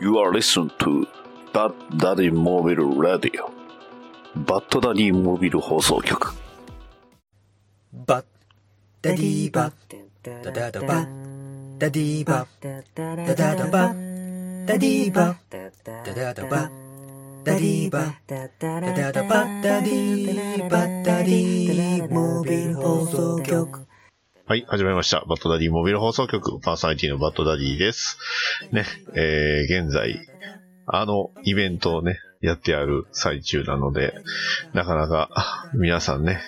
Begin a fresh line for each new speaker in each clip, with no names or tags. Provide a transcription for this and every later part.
You are listening to Bad Daddy Mobile Radio バッドダディモビル放送局
バッダディバッ
ダダダバ
ダディバッ
ダダダバ
ダディバッ
ダ
ダ
ダ
ダ
ダ
ダ
バ
バダディバッ
ダ
ダ
ダダ
ダ
ダ
ダ
バ
バ
ダ
ダ
デ
デ
ィ
ィ
バ
バ
ッ
ッ
ダ
ダ
デ
デ
ィ
ィ
モ
モ
ビ
ビ
ル
ル
放
放
送
送
局
局
はい、始めました。バッドダディモビル放送局、パーソナリティのバッドダディです。ね、えー、現在、あのイベントをね、やってある最中なので、なかなか皆さんね、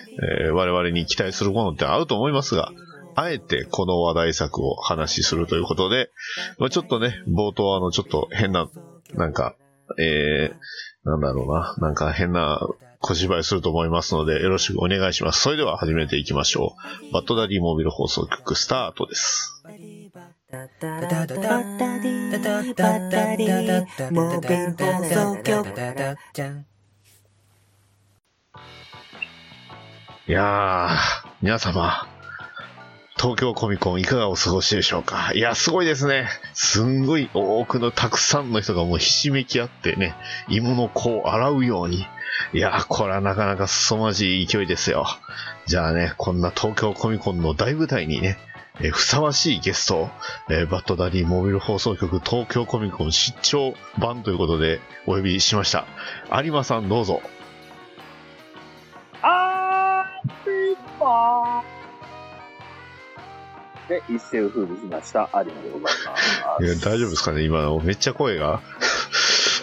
えー我々に期待するものってあると思いますが、あえてこの話題作を話しするということで、まあ、ちょっとね、冒頭はあの、ちょっと変な、なんか、えー、なんだろうな、なんか変な小芝居すると思いますので、よろしくお願いします。それでは始めていきましょう。バッドダディモビル放送局スタートです。
ダダダダダディバッダディモビル放送局
いやー、皆様、東京コミコンいかがお過ごしでしょうかいや、すごいですね。すんごい多くのたくさんの人がもうひしめき合ってね、芋の子を洗うように。いや、これはなかなか凄まじい勢いですよ。じゃあね、こんな東京コミコンの大舞台にね、えーふさわしいゲストを、えーバッドダディモビル放送局東京コミコン出張版ということでお呼びしました。有馬さんどうぞ。
あー、スーパーで、一世を風靡しました、有馬でございます。
いや大丈夫ですかね今のめっちゃ声が。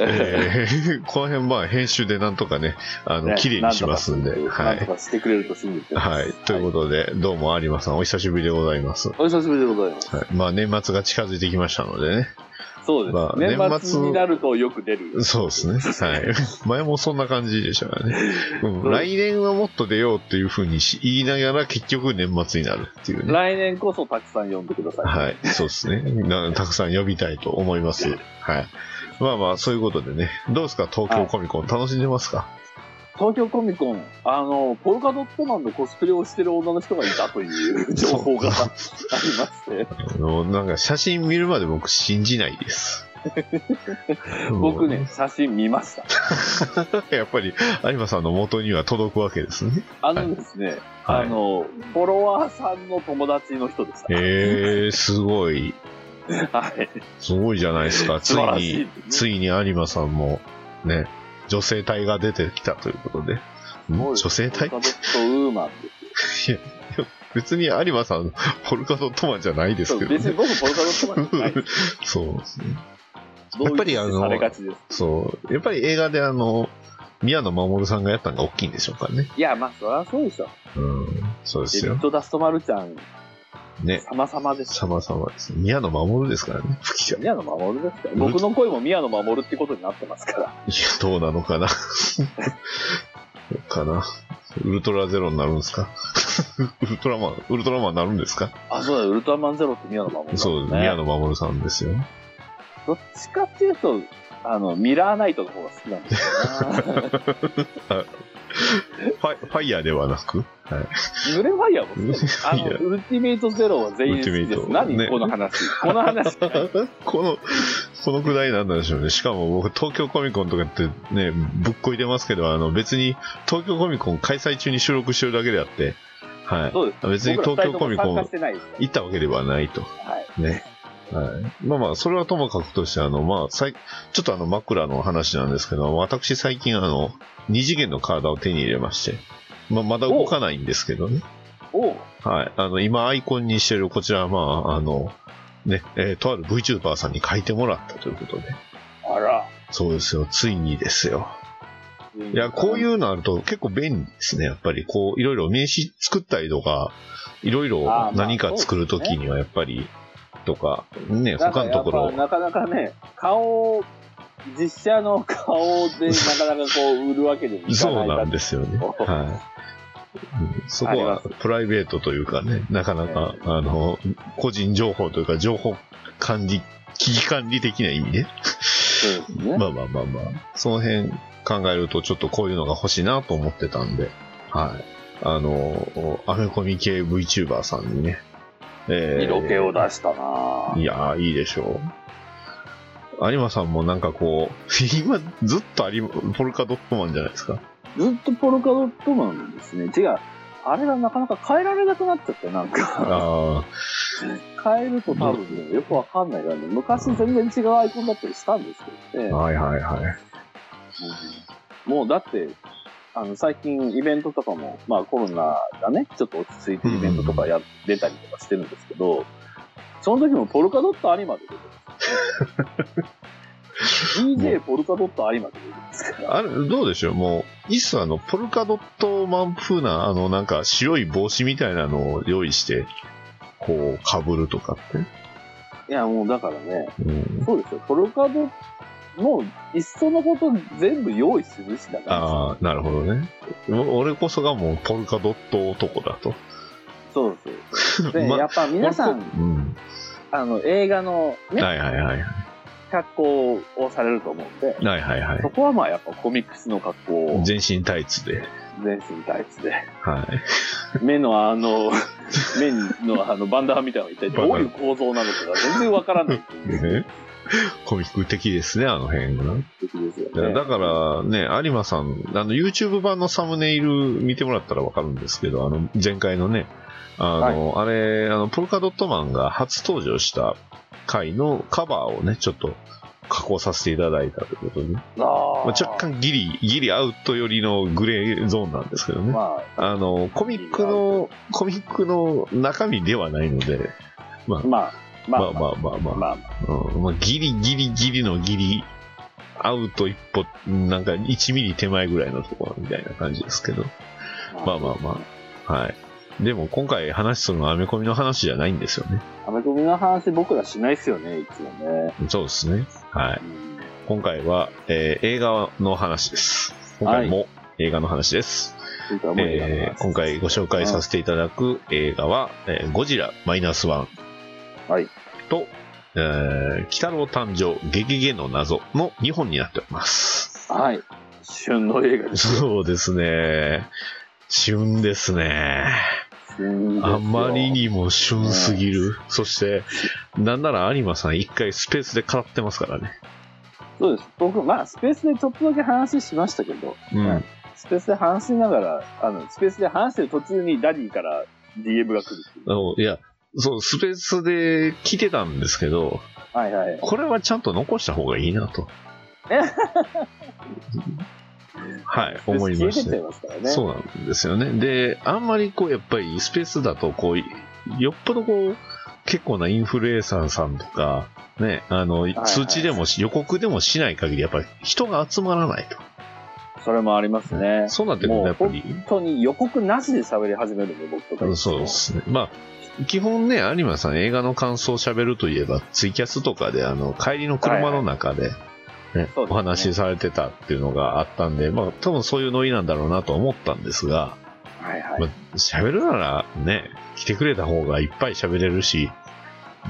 え ーこの辺まあ編集でなんとかね、あの、
ね
綺麗にしますんで。は
なんと
い。
かしてくれると信じておりま
は
す
い。ということで、どうも有馬さんお久しぶりでございます。は
お久しぶりでございます。
い、まあ年末が近づいてきましたのでね。
そうです。
まあ
年
年
末
末
になるとよく出る。
そうですね。 はい。前もそんな感じでしたからね。う、
うんん
来年はもっと出ようっていうふうにし言いながら結局年末になるっていうね。
来年こそたくさん呼んでください。
はい。そうですね。なたくさん呼びたいと思います。はい。まあまあ、そういうことでね。どうですか東京コミコン楽しんでますか
東京コミコン、あの、ポルカドットマンのコスプレをしてる女の人がいたという情報があ りまして、
あの、なんか写真見るまで僕信じない です。
僕ね、写真見ました。
もう。やっぱり、有馬さんの元には届くわけですね。
あのですね、
はい
あの、フォロワーさんの友達の人でした。
へえー、すごい。
はい。
すごいじゃないですか。つ
素晴らし
い
い
に、ついに有馬さんも、ね、女性隊が出てきたということで。ん女性隊
ポルカドットウーマンで
別に有馬さん、ポルカドットマンじゃないですすけど、
別に
ね。
僕ポルカドットマンじゃない。
そうですね。
どういう
やっぱりあの
されがちです。
そう。やっぱり映画であの、宮野真守さんがやったのが大きいんでしょうかね。
いや、まあ、そりゃそうでしょ。
うん。そうで
デ
す
ビ
よ
ッ。ド・ダスト・マルちゃん、
ね。
様々です。
様々です。宮野真守ですからね。吹きが。いや、
宮野真守ですから。僕の声も宮野真守ってことになってますから。
どうなのかな。どうかな。ウルトラゼロになるんですかウルトラマン、ウルトラマンになるんですか
あ、そうだ、ウルトラマンゼロって宮野真守、
そうです。宮
ね。
野真守さんですよ。
どっちかっていうと、あの、ミラーナイトの方が好きなん ですよね。
ファイファイヤーではなく、
濡れファイ ヤーも
濡れ
好き
フ
あ
ァイヤ
の、
ー
ウルティメイトゼロは全員好き
ウルテ
で
ィメイ
す。
ト
何、
ね
この話。こ の話。
この、このくらいなんでしょうね。しかも僕、東京コミコンとかってね、ぶっこいてますけど、あの、別に東京コミコン開催中に収録してるだけであって、はい。
そうです。
別に東京コミコ
僕ら二人とも参加
ン
してないですから
行ったわけではないと。
は
ね。はい。まあまあ、それはともかくとして、あの、まあ、さいちょっとあの、枕の話なんですけど、私最近あの、二次元の体を手に入れまして、まあ、まだ動かないんですけどね。
おう
はい。あの、今アイコンにしてる、こちらはまあ、あの、ね、えーとある VTuber さんに書いてもらったということで。
あら。
そうですよ。ついにですよ。いや、こういうのあると結構便利ですね。やっぱりこう、いろいろ名刺作ったりとか、いろいろ
あーまあ
何か作るときにはやっぱり、とか、ね、
な
他
んか
の
や
と
っぱ
ころ、
なかなかね、顔を、実写の顔でなかなかこう売るわけにもい か
そ
な
う
い
なんですよね。
お
はい。うんそ
あ
こ
り
は
ます
プライベートというかね、なかなか、あの、個人情報というか、情報管理、危機管理的な意味ね。
そうですね。
まあまあまあまあ、その辺考えるとちょっとこういうのが欲しいなと思ってたんで、はい。あの、アメコミ系 VTuber さんにね、えー
色気を出したなぁ
いやー、いいでしょう。有馬さんもなんかこう、 今ずっと有馬ポルカドットマンじゃないですか。
ずっとポルカドットマンですね。違う。あれがなかなか変えられなくなっちゃって、なんか。
あ
変えると多分ね、よくわかんないからね。昔全然違うアイコンだったりしたんですけどね
あ、。はいはいはい。
もうだって、あの、最近イベントとかも、まあコロナがね、ちょっと落ち着いてイベントとかや、出たりとかしてるんですけど、その時もポルカドットアニマで出て ますね。DJ ポルカドットアニマで出てますから。
あれ、どうでしょうもう、いっそあの、ポルカドットマン風な、あの、なんか白い帽子みたいなのを用意して、こう、被るとかって。
いや、もうだからね、
うん。
そうですよ。ポルカド、もう、いっそのこと全部用意するしかないですよ。
ああ、なるほどね。お俺こそがもう、ポルカドット男だと。
そう です。で、
ま
やっぱ皆さん、
うん。
あの、映画のね、
はいはいはい。
格好をされると思うんで、
はいはいは
そこはまあやっぱコミックスの格好を
い。全身タイツで。
全身タイツで、
はい。
目のあの、 目のあのバンダーみたいなのが一体どういう構造なのかが全然わからないっていう
ねコミック的ですね、あの辺が。
ことです
だ
よね。
だからね、有馬さん、あの、YouTube 版のサムネイル見てもらったらわかるんですけど、あの、前回のね、あの、あれ、あの、ポルカドットマンが初登場した回のカバーをね、ちょっと加工させていただいたということで、まあ
あー
若。干ギリ、ギリアウト寄りのグレーゾーンなんですけどね。
ま
あの、コミックの、コミックの中身ではないので、
あ、まあ、ま
ま
あ、
あまあまあまあ、
まあ、
うんまあ、ギリギリギリのギリ、アウト一歩、なんか1ミリ手前ぐらいのところみたいな感じですけど。まあまあまあ。はい。でも今回話するのはアメコミの話じゃないんですよね。
アメコミの話僕らしないっすよね、いつもね。
そうですね。はい。
うん
今回は、えー映画の話です。今回も映画の話です。
というかもう
えー今回ご紹介させていただく映画は、えーゴジラマイナスワン。
はい
と、えー、鬼太郎誕生、ゲゲゲの謎の2本になっております。
はい。旬の映画ですよ。
そうですね。旬ですね。
旬ですよ
あまり。にも旬すぎる。そして、なんなら有馬さん一回スペースで語ってますからね。
そうです。僕、まあ、スペースでちょっとだけ話しましたけど、
うん。
スペースで話しながら、あの、スペースで話してる途中にダディから DM が来るっていう。
あのいや、そう、スペースで来てたんですけど、
はいはい。
これはちゃんと残した方がいいな と。はい、思いまし
スペース消えてっちゃい
て。
ますからね。
そうなんですよね。で、あんまりこう、やっぱりスペースだと、こう、よっぽどこう、結構なインフルエンサーさんとか、ね、あの、
はい
通知でもし予告でもしない限り、やっぱり人が集まらないと。
それもありますね。
そうなってくると、やっぱり、
本当に予告なしで喋り始めるんで、僕とか。
そうで。すね。まあ、基本ね、有馬さん映画の感想を喋るといえば、ツイキャスとかで、あの、帰りの車の中で、ね、
そうですね
お話しされてたっていうのがあったんで、まあ、多分そういうノリなんだろうなと思ったんですが、
はいはい。
まあ喋るならね、来てくれた方がいっぱい喋れるし、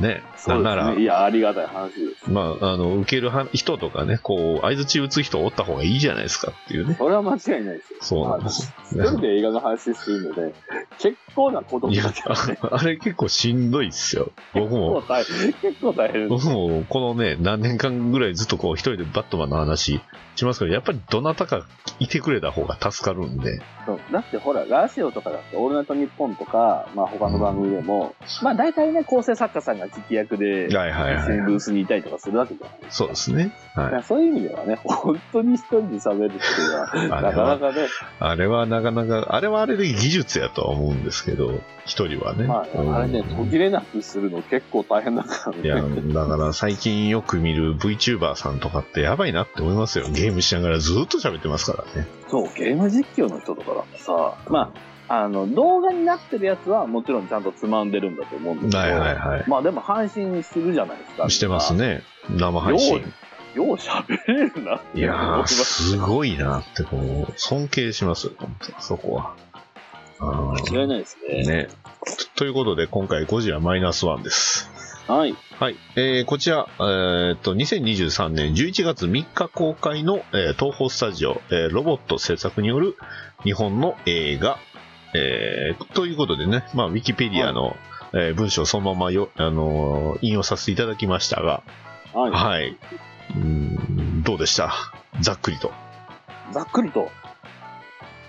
ね、
そ
な
うんで
な
す
ら
ね。い、や、ありがたい話です。
まあ、あの、受けるは人とかね、こう、相槌打つ人おった方がいいじゃないですかっていうね。
それは間違いないですよ。
そうなんです
まあ一人で映画の話するので、結構なこと
い
で
や
す、よね。
ああれ結構しんどいっすよ。僕
結構
も、
大変。結構大変で
僕
す。
もこのね、何年間ぐらいずっとこう一人でバットマンの話しますけど、やっぱりどなたかいてくれた方が助かるんで。
そうだってほら、ラジオとかだって、オールナイトニッポンとか、まあ他の番組でも、まあ大体ね、構成作家さんが聞き役で、
はいはい
一
は
緒に
い。
ブースにいたりとかするわけじゃないです
そ
か。
うですね。
だか
は
らそういう意味ではね、本当に一人で喋るっていうのは、
い。あ
な
れ
かな
は、
かね、
あれはなかなか、あれはあれで技術やとは思うんですけど、一人はね。
まあ、あれね、
うん
途切れなくするの結構大変だから
いや、
ね。
だから最近よく見る VTuber さんとかってやばいなって思いますよ。ゲームしながらずっと喋ってますからね。
そう、ゲーム実況の人とかだってさ、まあ、あの、動画になってるやつはもちろんちゃんとつまんでるんだと思うんだ
は
け
い
ど、
はいは
まあでも配信するじゃないですか。
い。してます。ね。生配
よ
信。
よう喋れるなって
い
思い
や
ま
ー、
す。
すごいなって、こう、尊敬しますよ、本当そこは。あー
間違いないですね。
ね。とということで、今回、ゴジラマイナスワンです。
はい。
はい。えー、こちら、えーっと、2023年11月3日公開の、えー東宝スタジオ、えーロボット制作による日本の映画、えーということでね、まあ、ウィキペディアの、えー文章をそのままよ、あのー引用させていただきましたが、
はい。
はい。うんどうでしたざっくりと。
ざっくりと、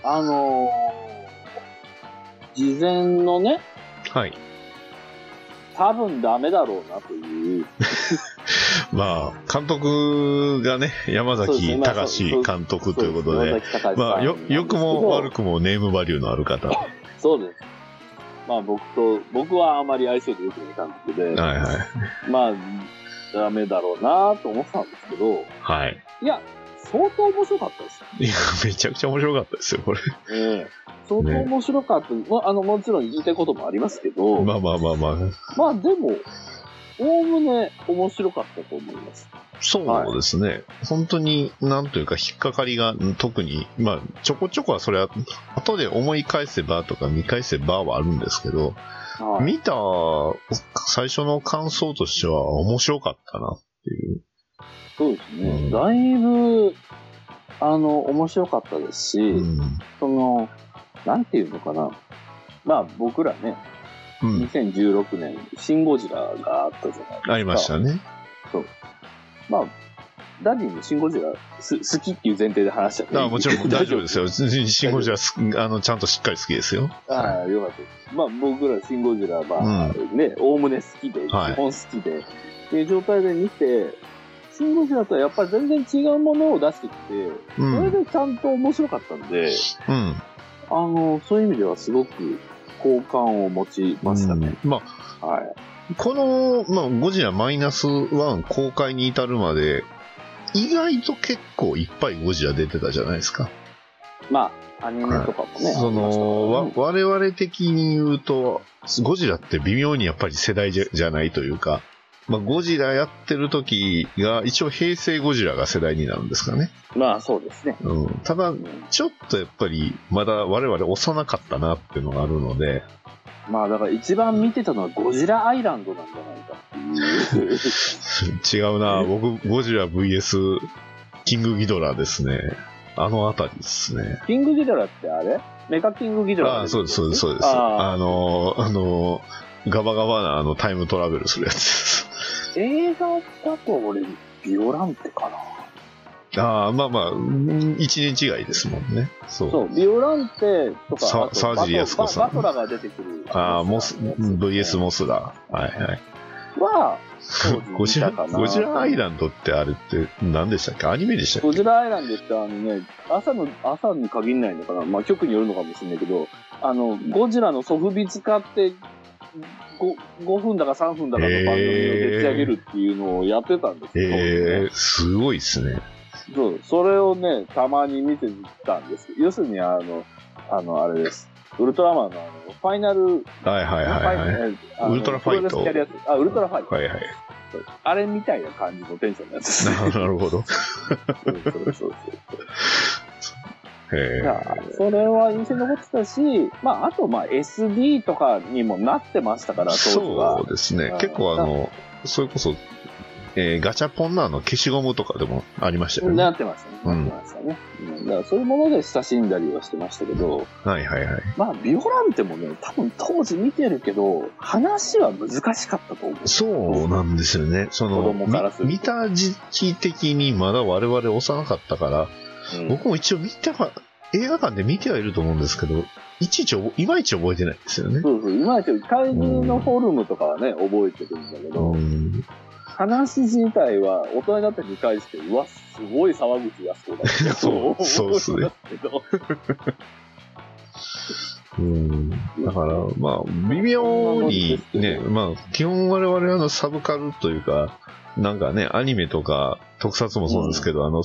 あのー事前のね、
はい。
多分ダメだろうなという、
まあ、監督がね、山
そうですね
崎
まあそう
隆監督ということ
そ
で、
山崎隆
ま
さ
あ、
ん
よ、良くも悪
く。
くもネームバリューのある方。は
そうです。まあ僕と、僕はあまり相性が良くない監督で
い、はい。
まあ、ダメだろうなと思ってたんですけど、
はい。
いや、相当面白かったですよ。
いや、めちゃくちゃ面白かったですよ、これ。
ええ相当面白かった、まああの、もちろん言いたいこともありますけど、
まあまあまあまあ、
まあでも、おおむね面白かったと思います。
そうですね。本当に、なんというか、引っかかりがん特に、まあ、ちょこちょこはそれは、後で思い返せばとか見返せばはあるんですけど、
はい。
見た最初の感想としては面白かったなっていう。
そうですね。
うん
だいぶ、あの、面白かったですし、
うん。
その、なんていうのかな。まあ僕らね、
うん。
2016年、シン・ゴジラがあったじゃないですか。
ありましたね。
まあ、ダディもシン・ゴジラす好きっていう前提で話しちゃっていい。
あもちろ ん大丈夫ですよ。シンゴジ
ラ。
ラす、あの、ちゃんとしっかり好きですよ。
ああ、よかったです。まあ僕らシン・ゴジラは、ね、おおむね好きで、基
はい
本好きで、っていう状態で見て、シン・ゴジラとはやっぱり全然違うものを出してきて、
う
それ
ん。
でちゃんと面白かったんで、
うん。
あの、そういう意味ではすごく好感を持ちましたね。
うんま
はい。
あ、この、まあ、ゴジラマイナス1公開に至るまで、意外と結構いっぱいゴジラ出てたじゃないですか。
まあ、アニメとかもね。
その、わ我々的に言うと、ゴジラって微妙にやっぱり世代じゃじゃないというか、まあ、ゴジラやってる時が、一応平成ゴジラが世代になるんですかね。
まあそうですね。
うん。ただ、ちょっとやっぱり、まだ我々幼かったなっていうのがあるので、
まあだから一番見てたのはゴジラアイランドなんじゃないかって いう。
違うな僕、ゴジラ VS キングギドラですね。あのあたりですね。
キングギドラってあれメカキングギド
あ
ラ
あ、そうです、そうです、そうです。あ
あ
の、あの、ガバガバなあのタイムトラベルするやつです。
ー映画だと俺、ビオランテかな。
ああ、まあまあ、うん一年違いですもんね。そう。
そう、ビオランテとか、
さ
あと
沢尻康子さん
バトラバトラが出てくる。
ああ、モス、VS モスラー。はいはい。
は、当時
ゴ
見
ジ
た
ラ、
かな
ゴジラアイランドってあれって何でしたっけアニメでしたっ
ゴ
け
ジラアイランドってあのね、朝の、朝に限らないのかなまあ局によるのかもしれないけど、あの、ゴジラのソフビ使って、5, 5分だか3分だかの番組を立ち上げるっていうのをやってたんですよ
ええすごいですね。
そう、それをね、たまに見てたんです。要するに、あの、あの、あれです。ウルトラマンのあのファイナル、
はいはいはいはい。
ファイナル
ウルトラファイト
あのプロレスやるやつあ、ウルトラファイト。
はいはい。
あれみたいな感じのテンションのやつですね。
ななるほど。
そうそうそうそう
へ
い
え。
やそれは印象に残ってたし、まあ、あと、まあ、SD とかにもなってましたから、当時
そ
は
う。ですね
う。ん
結構あの、それこそ、えーガチャポンのあの消しゴムとかでもありましたよね。
な
は
ってましたね。
う
なんってましたね。うんだから、そういうもので親しんだりはしてましたけど、
いはいはい。
まあ、ビオランテもね、多分当時見てるけど、話は難しかったと思う。
そうなんですよね。その、
子供からすると
み見た時期的にまだ我々幼かったから、
うん
僕も一応見たは、映画館で見てはいると思うんですけど、いちいち覚え、いまいち覚えてないんですよね。
そうそう、今ちょっと会議のフォルムとかはね、覚えてるんだけど、
うん
話自体は大人になって見返して、うわ、すごい沢口康子だな
そうそうっすね
思ったけど
うんだから、まあ、微妙にね、まあ、基本我々あのサブカルというか、なんかね、アニメとか特撮もそうですけど、あの、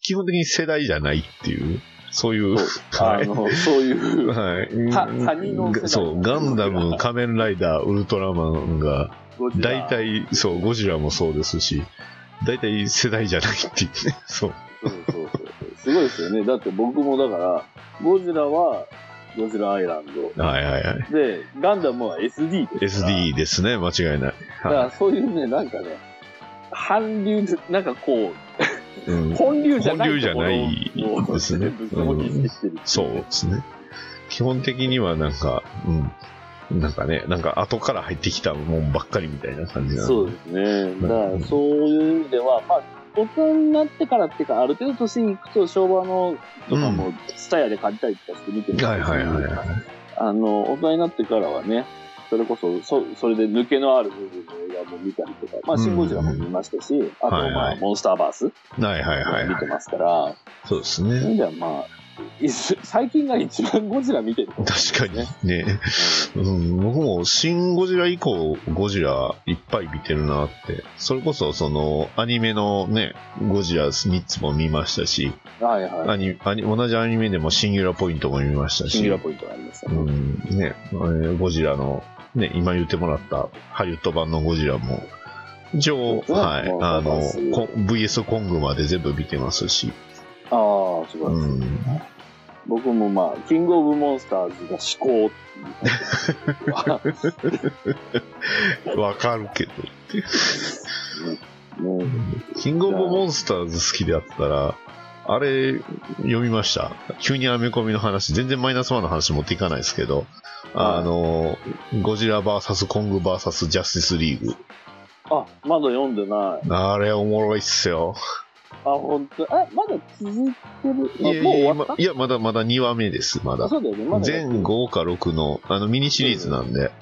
基本的に世代じゃないっていう、そういう、
あ
はい。
の、そういう、
はい
他他人の世代
そう、ガンダム、仮面ライダー、ウルトラマンが、大
い。
体、そう、ゴジラもそうですし、大体世代じゃないっていう ね、そう。
そうそうそうすごいですよね。だって僕もだから、ゴジラはゴジラアイランド。
はいはいはい。
で、ガンダムは SD ですから。
SD ですね、間違いない。
だからそういうね、なんかね、韓流で、なんかこう、
うん
本流じゃない
本流じゃない
ところを
ですね
全部消費してる。
そうですね。基本的にはなんか、うん。なんかね、なんか後から入ってきたもんばっかりみたいな感じなの
そうですね。だからそういう意味では、まあ、大人になってからっていうか、ある程度年に行くと、昭和のとか
う
も、スタヤで借りたりとかして見てるんです
は
け
い
ど
はいはい。
あの、大人になってからはね、それこそ、そ、それで抜けのある部分の映画も見たりとか、まあ、シンゴジラも見ましたし、あと、
はいはい
まあ、モンスターバース
はいはいはい
見
はい。
てますから、
そうです
そういう意
ね。
味ではまあ、い最近が一番ゴジラ見てると思うんです
確
よ
か
ね。
にね。うん、僕も、シン・ゴジラ以降、ゴジラいっぱい見てるなって。それこそ、その、アニメのね、ゴジラ3つも見ましたし、
うんはいは
ア
い。
ニアニ同じアニメでもシンギュラポイントも見ましたし、
シンギュラポイントがありました
う
ね。
ん、ね、えーゴジラの、ね、今言ってもらったハリウッド版のゴジラも、一応、
そう
はい、
もう
あの、
そうです
こ VS コングまで全部見てますし、
ああ、すごい。
うん、
僕もまあ、キングオブモンスターズが至高っていう感じ
わかるけど、
うんうん
キングオブモンスターズ好きであったら、あれ、読みました。急にアメコミの話、全然マイナスワンの話持っていかないですけど、あの、ゴジラ VS コング VS ジャスティスリーグ。
あ、まだ読んでない。
あれおもろいっすよ。
あ、本当。え、まだ続いて
い
るあ
やい
もう終
や
わった
まいやまだまだ2話目です、まだ。
そうだよね、まだやってる。
全5か6の、あの、ミニシリーズなんで、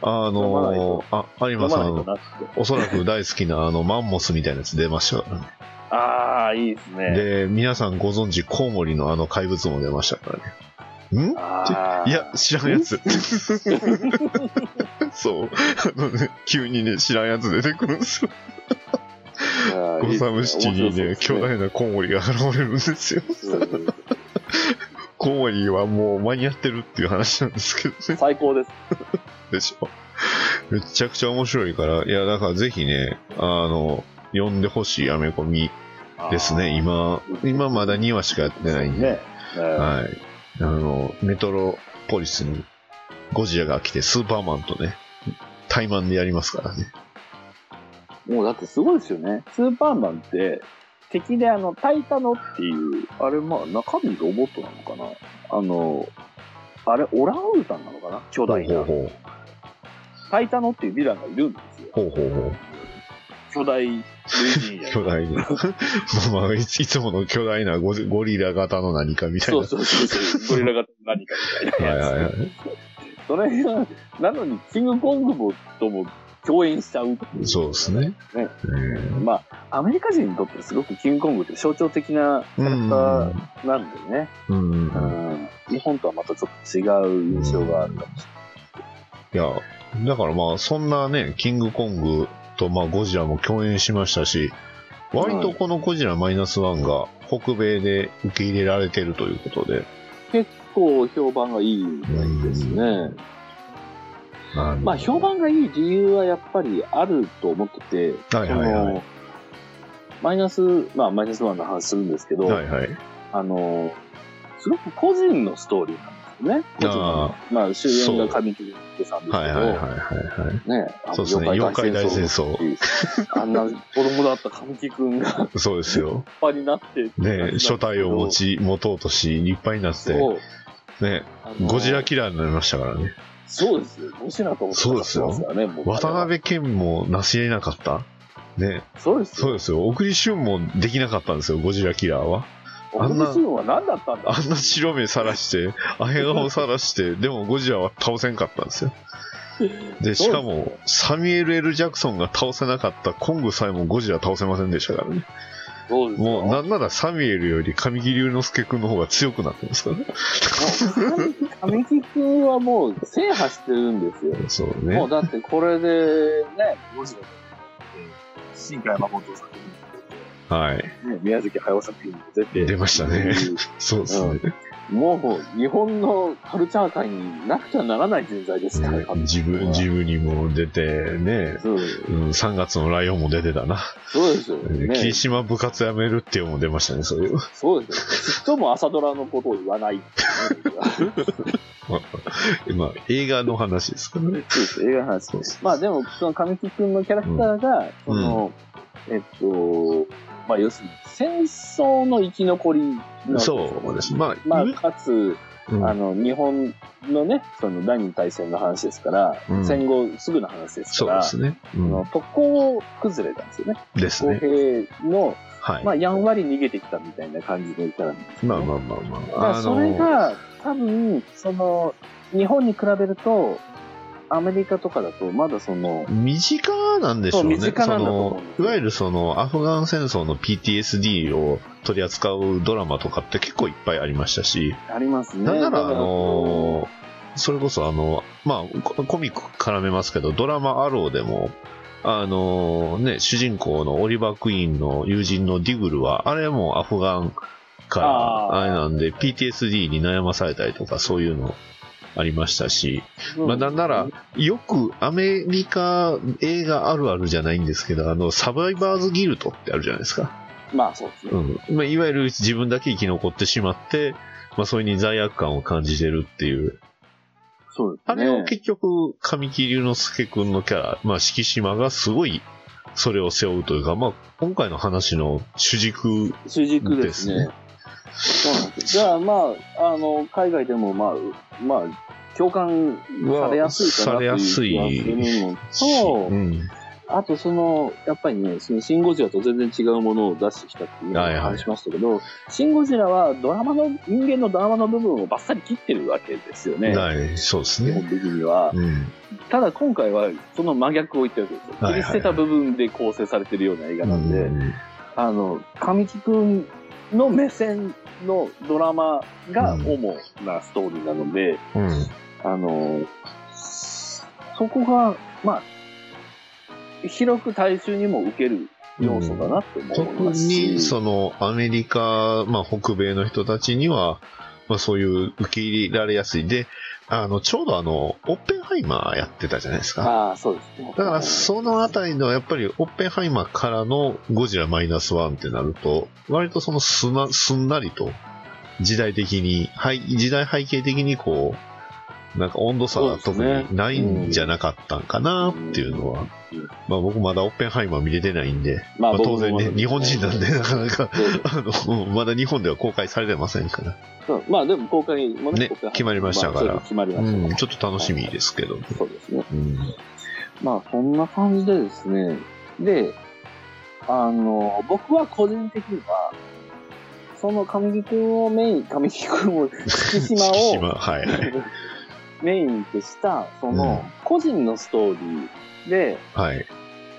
あ
読まない
の
と、
あ、有馬さ
読まないと
ん、
なって。
おそらく大好きな、あの、マンモスみたいなやつ出ましたからね。
ああ、いいですね。
で、皆さんご存知、コウモリのあの怪物も出ましたからね。ん
あー
いや、知らんやつ。 そう。あのね、急にね、知らんやつ出てくるんですよ。
あーい
ゴ
いですね
サムシティにね、
面
巨
白
大なコウモリが現れるんですよ。
そうですね
コウモリはもう間に合ってるっていう話なんですけど
うん
ね。
最高です。
でしょ。 めちゃくちゃ面白いから、いや、だからぜひね、あの、読んでほしいアメコミですね、
あ
今。今まだ2話しかやって
ー。
ないんで。
ね。は
はい。あの、メトロポリスにゴジラが来てスーパーマンとね、対マンでやりますからね。
い。もうだってすごいですよね。スーパーマンって、敵であの、タイタノっていう、あれまあ中身ロボットなのかなあの、あれオランウータンなのかな巨大
ほう
な。
ほ
タイタノっていうヴィランがいるんですよ。
うほう。ほうほうほう。
巨大類 人や
巨大な。まあまあ、いついつもの巨大なゴジゴリラ型の何かみたい
そ
な。
うそうそうそう。ゴリラが何かみたいな
は
や
い
つ。
はいはい。
それが、なのに、キングコングもとも共演しちゃう。
そうです。ね。
ね
うん
まあ、アメリカ人にとってすごくキングコングって象徴的なキャラクターなんでね。
うん
う。ん日本とはまたちょっと違う印象があるかもし
いや、だからまあ、そんなね、キングコングとまあゴジラも共演しましたし、割とこのゴジラマイナスワンが北米で受け入れられてるということで、
れない。結構評判がいいみたいですね。
あの
まあ、評判がいい理由はやっぱりあると思ってて、
はいはいはい
そのマイナス、まあ、マイナスワンの話するんですけど、
はいはい。
あの、すごく個人のストーリーなんですよね。個人の
あ
まあ、主演が神木隆之さんですけど、
はいはいはいはいはい。
ね、あの
そうですね、妖怪大戦争。
あんな子供だった神木君が 立
そうですよ。
派 になって。
ね、初体を持ち、持とうとし、立派になって、
そう、
ね、
あの
ゴジラキラーになりましたからね。
そうですよ。ゴジラと思ってますからね、もう
渡辺謙も成し得なかった。ね、
そうです
そう
よ。
ですよ。小栗旬もできなかったんですよ、ゴジラキラーは。
あ
あん
ん
な
な。は何だったんだ
あんな白目さらして、あへ顔さらして、でもゴジラは倒せんかったんですよ。で、しかも、サミュエル・ L ・ジャクソンが倒せなかったコングさえもゴジラ倒せませんでしたからね。
そうですよ
もう、なんならサミュエルより神木隆之介君の方が強くなってますからね。
もう神木君はもう制覇してるんですよ。
そう
も
ね
う。だってこれでね、ゴジラと新海誠作品
はい。
ね、宮崎駿作品に出て。
出ましたね。そうですね。
もう、日本のカルチャー界になくちゃならない人材ですから、
うん自分、自分にも出て、ね。
そう
うん、3月のライオンも出てたな。
そうですよね
霧。島部活やめるっていうのも出ましたね、そういう。
そうですよ。ちっとも朝ドラのことを言わないっていうね。
まあ、映画の話ですからね。
そうです、映画の話
そうです
まあでも、その神木君のキャラクターが、その、えっと、まあ要するに戦争の生き残りの、
そうです。まあ、
ま
うん
あ、かつ、
うん
あの、日本のね、その第二次大戦の話ですから、
うん
戦後すぐの話です
そ
か
うで
ら、
すね。
あ
うん
の特攻崩れたんですよね。
です
公
ね。
平の
はい。
まあ、やんわり逃げてきたみたいな感じのキャラなんです
ま
よ
あ
ね。
まあまあまあ。
まあ、それ
の、
が、多分、その、日本に比べると、アメリカとかだと、まだその、
身近なんでしょうね。
そう身近なんだと思う
そのいわゆるその、アフガン戦争の PTSD を取り扱うドラマとかって結構いっぱいありましたし、
ありますね。
なんな
だ
ら、あのーそれこそあの、まあ、ココミック絡めますけど、ドラマアローでも、あのーね、主人公のオリバー・クイーンの友人のディグルは、あれもアフガンから
あ、ー
あれなんで、PTSD に悩まされたりとか、そういうのありましたし、
う
まあ、なんなら、よくアメリカ映画あるあるじゃないんですけど、あの、サバイバーズギルトってあるじゃないですか。
まあそうですね。
うんまあ、いわゆる自分だけ生き残ってしまって、まあ、それに罪悪感を感じてるっていう。
そうですね。
あれを結局、神木隆之介くんのキャラ、まあ、敷島がすごい、それを背負うというか、まあ、今回の話の主軸、
主軸ですね。そうなんですよ。じゃあ、まあ、あの、海外でも、まあ、まあ、共感されやすいかなという気がするのと、
うん。
あとその、やっぱりね、そのシン・ゴジラと全然違うものを出してきたっていうのを
はいはい
話しましたけど、シン・ゴジラはドラマの、人間のドラマの部分をバッサリ切ってるわけですよね。
ない、そうです
基
ね。
本的には。
うん。
ただ今回はその真逆を言ってるわけですよ。
はいはい
切り
は
捨
い
てた部分で構成されてるような映画なんで、
うん
あの、神木くんの目線のドラマが主なストーリーなので、
うん。
あの、そこが、まあ、広く大衆にも受ける要素だなって思い
特
ますし、
にそのアメリカ、まあ、北米の人たちには、まあ、そういう受け入れられやすいであのちょうどあのオッペンハイマーやってたじゃないですか
ああ、そうですね。
だからそのあたりのやっぱりオッペンハイマーからのゴジラマイナスワンってなると割とそのすなすんなりと時代的に、はい、時代背景的にこうなんか温度差が特にないんじゃなかったんかなっていうのは、
うんうん
まあ、僕まだオッペンハイマー見れてないんで、
ま
まあ、当然ね、日本人なんで、。なかなか、
僕もそう
あの、まだ日本では公開されてませんから、
そうまあでも公開もね、
ね決まりましたから
まあそう決まりましたから、
うん、ちょっと楽しみですけど。
そうですね。
うん。
まあそんな感じでですね。で、あの、僕は個人的には、その神木君をメイン、神木君を、月島を
月島はいはい。
メインとした、そ
うん
の、個人のストーリーで
はい。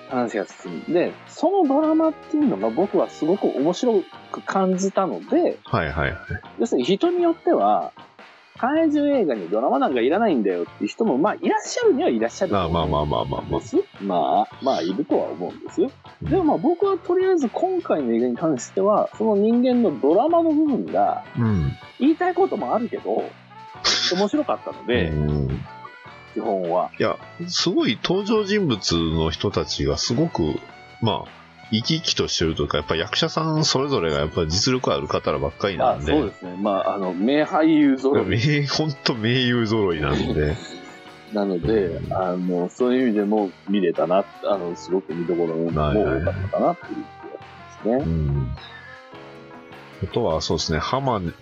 話が進んで、そのドラマっていうのが僕はすごく面白く感じたので、
はいはい。
要するに人によっては、怪獣映画にドラマなんかいらないんだよって人も、まあ、いらっしゃるにはいらっしゃると
まあ
思う
まあまあまあまあまあ
で。すまあ、まあ、いるとは思うんですよ。
うん
でもまあ僕はとりあえず今回の映画に関しては、その人間のドラマの部分が、
うん。
言いたいこともあるけど、面白かったので、
うん
基本は。
いや、すごい登場人物の人たちがすごく、まあ、生き生きとしてるというか、やっぱ役者さんそれぞれがやっぱ実力ある方らばっかりな
あ
んで、
そうですね。まあ、あの、名俳優揃い
名、本当名優揃いなんで、
なので、あの、そういう意味でも見れたな、あの、すごく見どころも
はいはい
多かったかなっていう気がしますね。
うん。あとは、そうですね、浜辺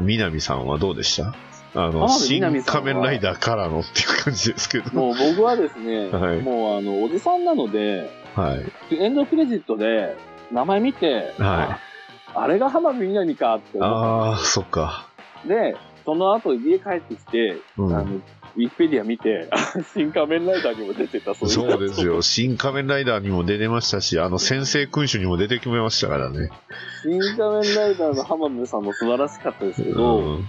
美波さんはどうでしたあの、
浜辺
新
美波さんは
仮面ライダーからのっていう感じですけど。
もう僕はですね、
はい
もうあの、おじさんなので、
はい。
エンドクレジットで名前見て、
は
ああれが浜辺美波かって思って
ああ、そっか。
で、その後家帰ってきて、
う
あの、
ん。
ウィキペディア見て、 新仮面ライダーにも出てた、そ
そうです。よ。 新仮面ライダーにも出てましたし、あの、先生君主にも出てきましたからね。
新仮面ライダーの浜辺さんも素晴らしかったですけ
う
ど、
ん。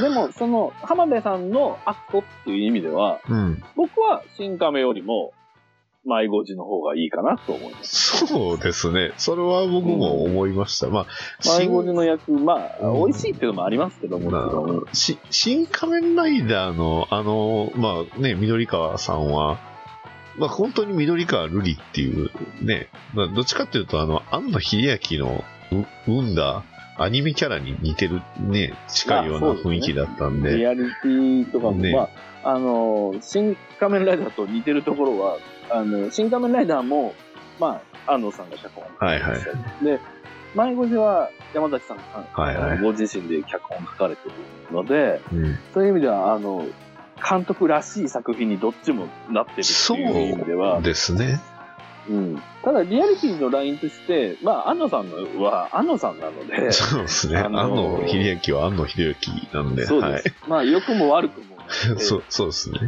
でも、その、浜辺さんのアクトっていう意味では、
うん。
僕は新仮面よりも、迷子時の方がいいかなと思います。
そうですね。それは僕も思いました。まあ、
迷
新
子時の役、まあ、
うん
美味しいっていうのもありますけども、
ま
ちろん
あ、し新仮面ライダーの、あの、まあね、緑川さんは、まあ本当に緑川瑠璃っていうね、まあ、どっちかっていうと、あの、安野秀明のう生んだアニメキャラに似てる、ね、近いような
まあそう
雰
ですね
囲気だったんで、
リアリティとかも、
ね
まあ、あの、新仮面ライダーと似てるところは、あの、新仮面ライダーも、まあ、安藤さんが脚本
はいはい
で、迷子時は山崎さんが、
はいはい
ご自身で脚本書かれてるので、
うん
そういう意味では、あの、監督らしい作品にどっちもなってるっていう意味では、
ですね。
うん。ただ、リアリティのラインとして、まあ、安野さんのは、安野さんなの で、
そうですね。安
あのー
野秀明は安野秀明なんで、
そう
はい
です。。まあ、良くも悪く も、
そう、そうですね。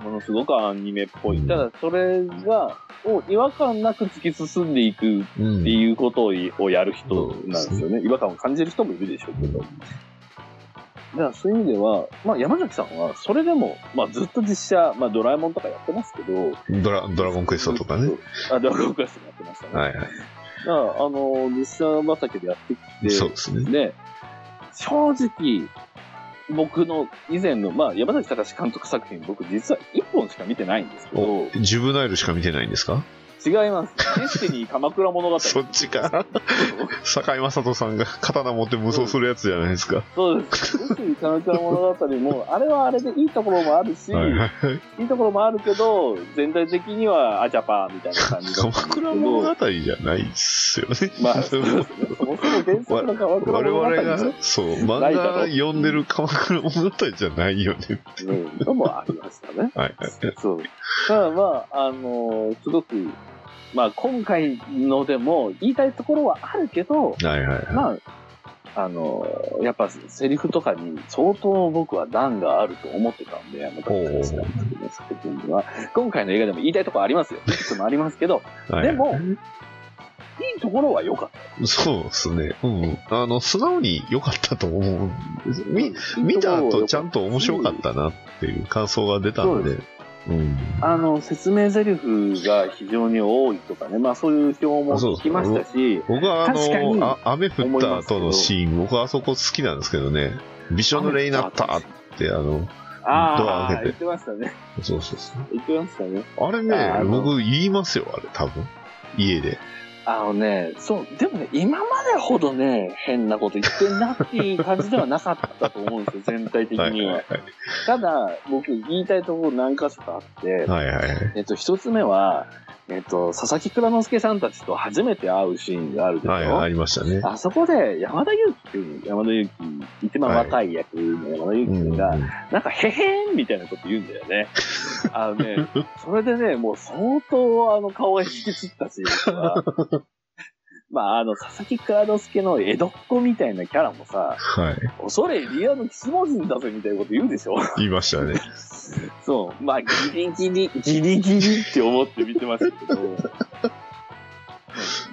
ものすごくアニメっぽ
う
い。
ん
ただ、それが、を違和感なく突き進んでいくっ
うん
て。いうことををやる人なんですよね。違和感を感じる人もいるでしょうけど。だからそういう意味では、まあ、山崎さんは、それでも、まあ、ずっと実写、まあ、ドラえもんとかやってますけど、
ドラ、ドラゴンクエストとかね。。
あ、ドラゴンクエストもやってましたね。
はいはい。
だから、あの、実写畑でやってきて、
そうですね。
で、正直、僕の以前の、まあ、山崎隆監督作品、僕実は1本しか見てないんですけど、
ジュブナイルしか見てないんですか
違います。デスティニー鎌倉物語。
そっちか。 坂井雅人さんが 刀持って無双するやつじゃないですか。
そうです。デスティニー鎌倉物語も、あれはあれでいいところもあるし、
はい
い
はい。
いところもあるけど、全体的にはアジャパーみたいな感じだった
鎌
んですけど。
倉物語じゃない ですよね。
まあ、そうですねそもそも原作の鎌倉
我
物語
々
ですよ
が、そう、漫画読んでる鎌倉物語じゃないよね。
うん、のもありましたね。
はいはい。
そう。ただまあ、あのーすごく、まあ今回のでも言いたいところはあるけど、
はいはいはい。
まあ、あのーやっぱセリフとかに相当僕は段があると思ってたんで、あの、
おうおう
作品は。今回の映画でも言いたいところありますよ。いくつもありますけど、
はい
でも、いいところは良かった。
そうですね。うん。あの、素直に良かったと思うんです。み、見た後ちゃんと面白かったなっていう感想が出たんで。うん。
あの、説明台詞が非常に多いとかね、まあそういう表も聞きましたし、
僕はあ
確かに
の、あ雨降った後のシーン、僕はあそこ好きなんですけどね。びしょ濡れになったって、あの、ドア
ああ、
開けて
言ってましたね。
そうそうそう。
言ってましたね。
あれ
あ
ね
あ、の
僕言いますよ、あれ、多分。家で。
あのね、そう、でもね、今までほどね、変なこと言ってんなっていう感じではなかったと思うんで すよ、全体的
はい
に
はい
は。ただ、僕言いたいところ何箇所かあって、
はいはいはい。
えっと、一つ目は、えっと、佐々木蔵之介さんたちと初めて会うシーンがあるでしょ、
はいはい、ありましたね。
あそこで山田裕貴君、山田裕貴、一番若い役の山田裕貴君が、
うん
なんか、へへーんみたいなこと言うんだよね。あのね、それでね、もう相当あの顔が引きつったし、僕はまあ、あの、佐々木蔵之介の江戸っ子みたいなキャラもさ、
はい。
恐れ入り屋のキスモジンだぜみたいなこと言うでしょ
言いましたね。
そう。まあ、ギリギリ、ギリギリって思って見てましたけど。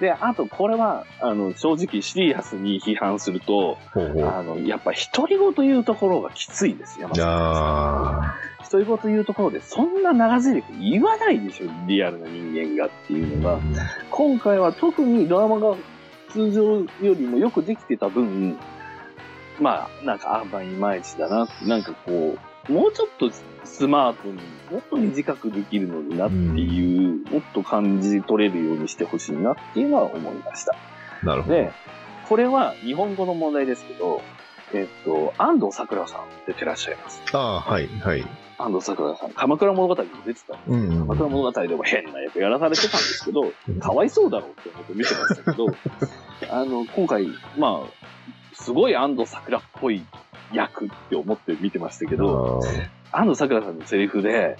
で、あと、これは、あの、正直シリアスに批判すると、
ほうほう。
あの、やっぱ独り言言うところがきついです、山
じ
崎さん
ゃあ、
独り言言うところで、そんな長台詞言わないでしょ、リアルな人間がっていうのが、今回は特にドラマが通常よりもよくできてた分、まあ、なんか、あんまいまいちだな、なんかこう、もうちょっとスマートに、もっと短くできるのになっていう、もっと感じ取れるようにしてほしいなっていうのは思いました。
なるほど。
で、これは日本語の問題ですけど、えっと、安藤桜さん出てらっしゃいます。
ああ、はい、はい。
安藤桜さん、鎌倉物語にも出てた。
うんうん。
鎌倉物語でも変な役やらされてたんです けど、かわいそうだろうって思って見てましたけど、あの、今回、まあ、すごい安藤桜っぽい役って思って見てましたけど、
あ
安藤桜さんのセリフで、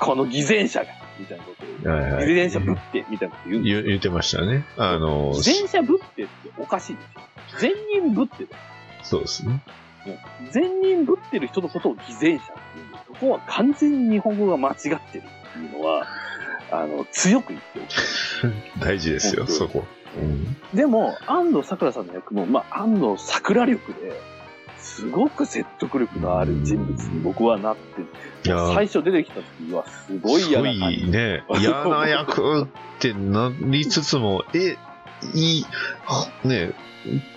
この偽善者が、みたいなこと
あはい
を、
は
偽
い。
善者ぶって、みたいなこと言うんですよ
言言ってましたね。あの、
偽善者ぶってっておかしいでしょ。善人ぶってだよ
そうですね。
善人ぶってる人のことを偽善者っていうんで、そこは完全に日本語が間違ってるっていうのは、あの、強く言っておきたい。
大事ですよ、
本当
そこ。うん
でも、安藤桜さんの役も、まあ、安藤桜力で、すごく説得力のある人物に僕はなって
いやー
最初出てきた時はすごい
す
嫌
ご
な感じ
い。ね、嫌な役ってなりつつも、え、いい、ね、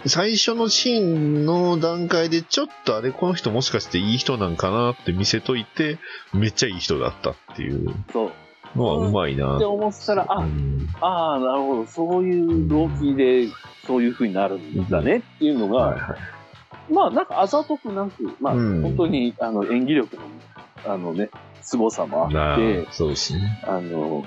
最初のシーンの段階でちょっとあれこの人もしかしていい人なんかなって見せといて、めっちゃいい人だったっていう
そう。
のはうまいな
って。思ってたら、
う
あ、
ん
ああ、なるほど、そういう動機で、そういう風になるんだねっていうの
はい
が、
はい
まあ、なんかあざとくなく、まあ、
うん
本当に、あの、演技力の、あのね、凄さもあ
な
って、
そうですね。
あの、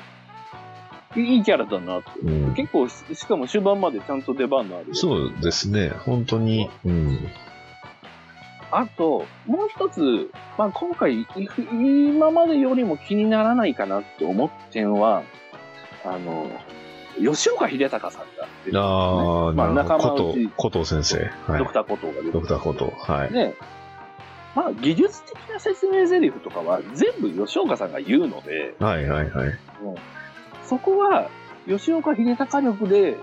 いいキャラだなって。
うん
結構し、しかも終盤までちゃんと出番のある。
そうですね、本当に。うん。
あと、もう一つ、まあ、今回、い今までよりも気にならないかなって思ってんは、あの、吉岡秀隆さんが出てるんですね
ああ、
まあ、
なる
仲
ほ
間
ど。
の
古藤
うち、
古藤先生。はい
ドク。ターコトーが出てる
ドクター古藤。はい。
ね、まあ、技術的な説明台詞とかは全部吉岡さんが言うので、
はいはいはい。
そこは吉岡秀隆力で、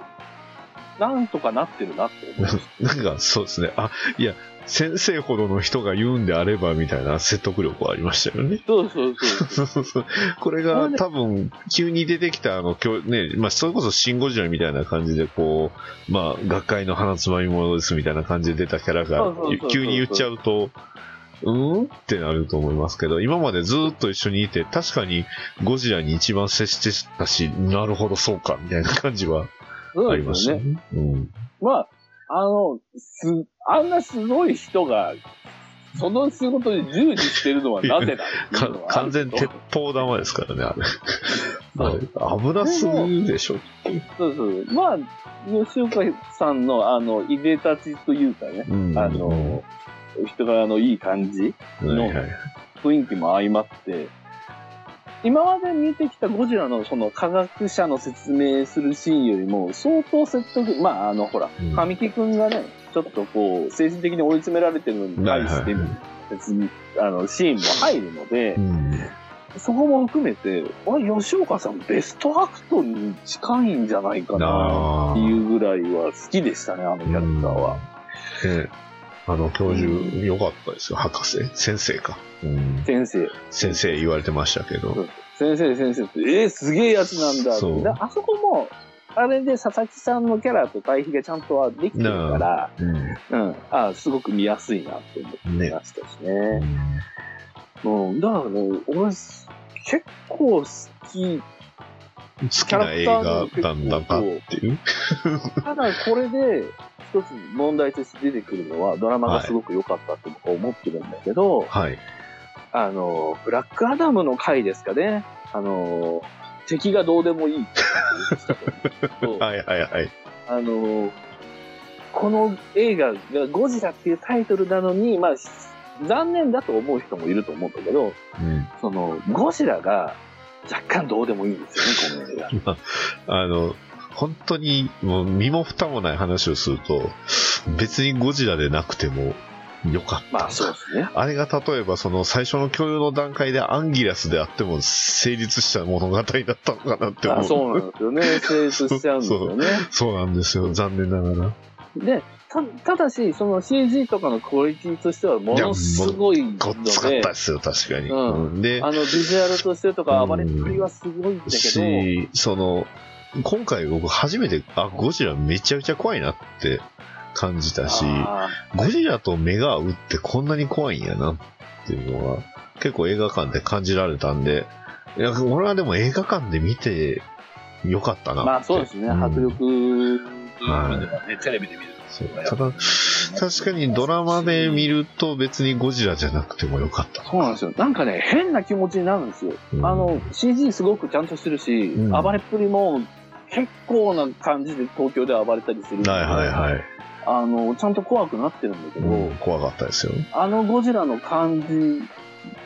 なんとかなってるなって思 う。
なんか、そうですね。あ、いや、先生ほどの人が言うんであれば、みたいな説得力はありましたよね。
そうそうそうそう。
これが多分、急に出てきた、あの、今日ね、まあ、それこそシンゴジラみたいな感じで、こう、まあ、学会の花つまみものですみたいな感じで出たキャラ
そ
が
うそうそうそ、う
急に言っちゃうと、うーんってなると思いますけど、今までずーっと一緒にいて、確かにゴジラに一番接してたし、なるほど、そうか、みたいな感じは
そ
あ
う
りま
で
し
す
た
よね。
ね。うん。
まあ、あの、す、あんなすごい人が、その仕事に従事してるのはなぜだってい
か
うのはあ
完
る
全
と
鉄砲玉ですからね、あれ。
そう
あれ危なすぎるでしょ。
そうそう。まあ、吉岡さんの、あの、いでたちというかね、
うん
あの、人柄のいい感じ、の
はいはい
雰囲気も相まって、今まで見てきたゴジラのその科学者の説明するシーンよりも相当説得、まああのほら
うん、
神木くんがね、ちょっとこう、精神的に追い詰められてるのに対して、別に、あの、シーンも入るので
う、ん
そこも含めて、あれ、吉岡さんベストアクトに近いんじゃないかな、っていうぐらいは好きでしたね、あのキャラクターは。
ねあの教授、良かったですよ、博士、先生か、うん
先生、
先生言われてましたけど、
先生、先生って、えー、すげえやつなんだって
そう
であそこも、あれで佐々木さんのキャラと対比がちゃんとはできてるから、
う
うん、あーすごく見やすいなって思って
んね
ましたし
う
ね。
ん
うん、だからね、俺、結構好き、
好きな映画なんだかっていう、
ただこれで、一つ問題として出てくるのは、ドラマがすごく良かったって僕は思ってるんだけど、
はい、
あの、ブラックアダムの回ですかね。あの、敵がどうでもいいって言ってたと 思うんですけど
はいはいはい、
あの、この映画がゴジラっていうタイトルなのに、まあ、残念だと思う人もいると思うんだけど、
うん
その、ゴジラが若干どうでもいいんですよね、この映画。
あの本当にもう身も蓋もない話をすると、別にゴジラでなくても良かった。
まあ、そうですね。
あれが例えばその最初の共有の段階でアンギラスであっても成立した物語だったのかなって思
あ
う。
そうな んですよね。成立しちゃうんですよね。
そうなんですよ、残念ながら。
で、た、ただし、その CG とかのクオリティとしてはものすごいの
ごっつかっ
で
た、ですよ、確かに。
うん
うんで
あ、の、ビジュアルとしてと
う
か、
ん
暴れっぷりはすごいんだけ
し、その、今回僕初めて、あ、ゴジラめちゃくちゃ怖いなって感じ
ど、
たし、
あ
ゴジラと目が合うってこんなに怖いんやなっていうのは、結構映画館で感じられたんで、いや、俺はでも映画館で見てよかったな
ー
って。
まあそうですね、
ん
迫力という意味ではね、テレビで見る
そうただ、確かにドラマで見ると別にゴジラじゃなくてもよかったな。
そうなんですよ。なんかね、変な気持ちになるんですよ。
うん
あの、CG すごくちゃんとしてるし、
うん
暴れっぷりも結構な感じで東京では暴れたりするんで。
はいはいはい。
あの、ちゃんと怖くなってるんだけど、
うん怖かったですよ。
あのゴジラの感じ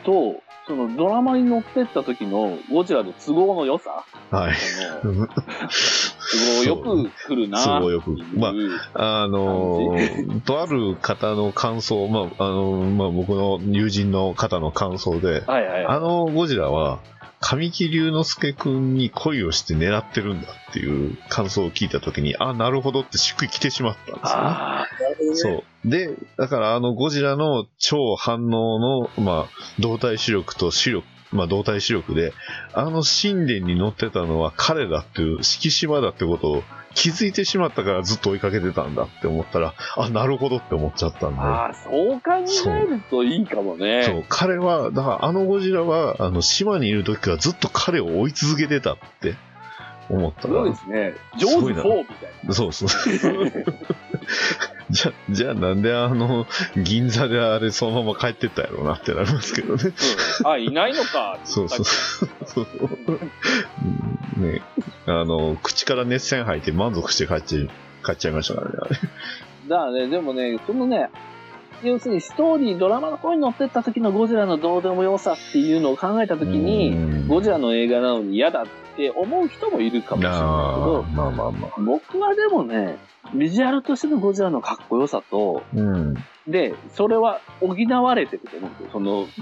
と、そのドラマに乗ってった時のゴジラの都合の良さ、
はい。
その
す
都合よく来るな
都合
っていう。
よくまあのー、とある方の感想、まあ、あのーまあ、僕の友人の方の感想で、
はいはいはい。
あのゴジラは、神木隆之介くんに恋をして狙ってるんだっていう感想を聞いたときに、あ、なるほどってしっくり来てしまったんですよね。
ああ、なるほどね。
そう。で、だからあのゴジラの超反応の、まあ、動体視力と視力、まあ、動体視力で、あの神殿に乗ってたのは彼だっていう、敷島だってことを気づいてしまったからずっと追いかけてたんだって思ったら、あ、なるほどって思っちゃったんで。
ああ、そう考えるといいかもね。
そう、彼は、だからあのゴジラは、あの、島にいる時からずっと彼を追い続けてたって思った
すご
ら
いで、すね。
す
ジョ
ごい
ーズ
な
4みたい
そうそう。 じゃ、じゃあなんであの、銀座であれそのまま帰ってったやろうなってなりますけどね。
な。あ、いないのか。
そうそうそう。うんね、あの、口から熱線吐いて満足して帰っちゃい、帰っちゃいましたからね、あれ。
だからね、でもね、そのね、要するにストーリー、ドラマの方に乗ってった時のゴジラのどうでもよさっていうのを考えた時に、ゴジラの映画なのに嫌だって思う人もいるかもしれないけど、
まあまあまあ。
僕はでもね、ビジュアルとしてのゴジラのかっこよさと、
うん。
で、それは補われてると思うんですよ。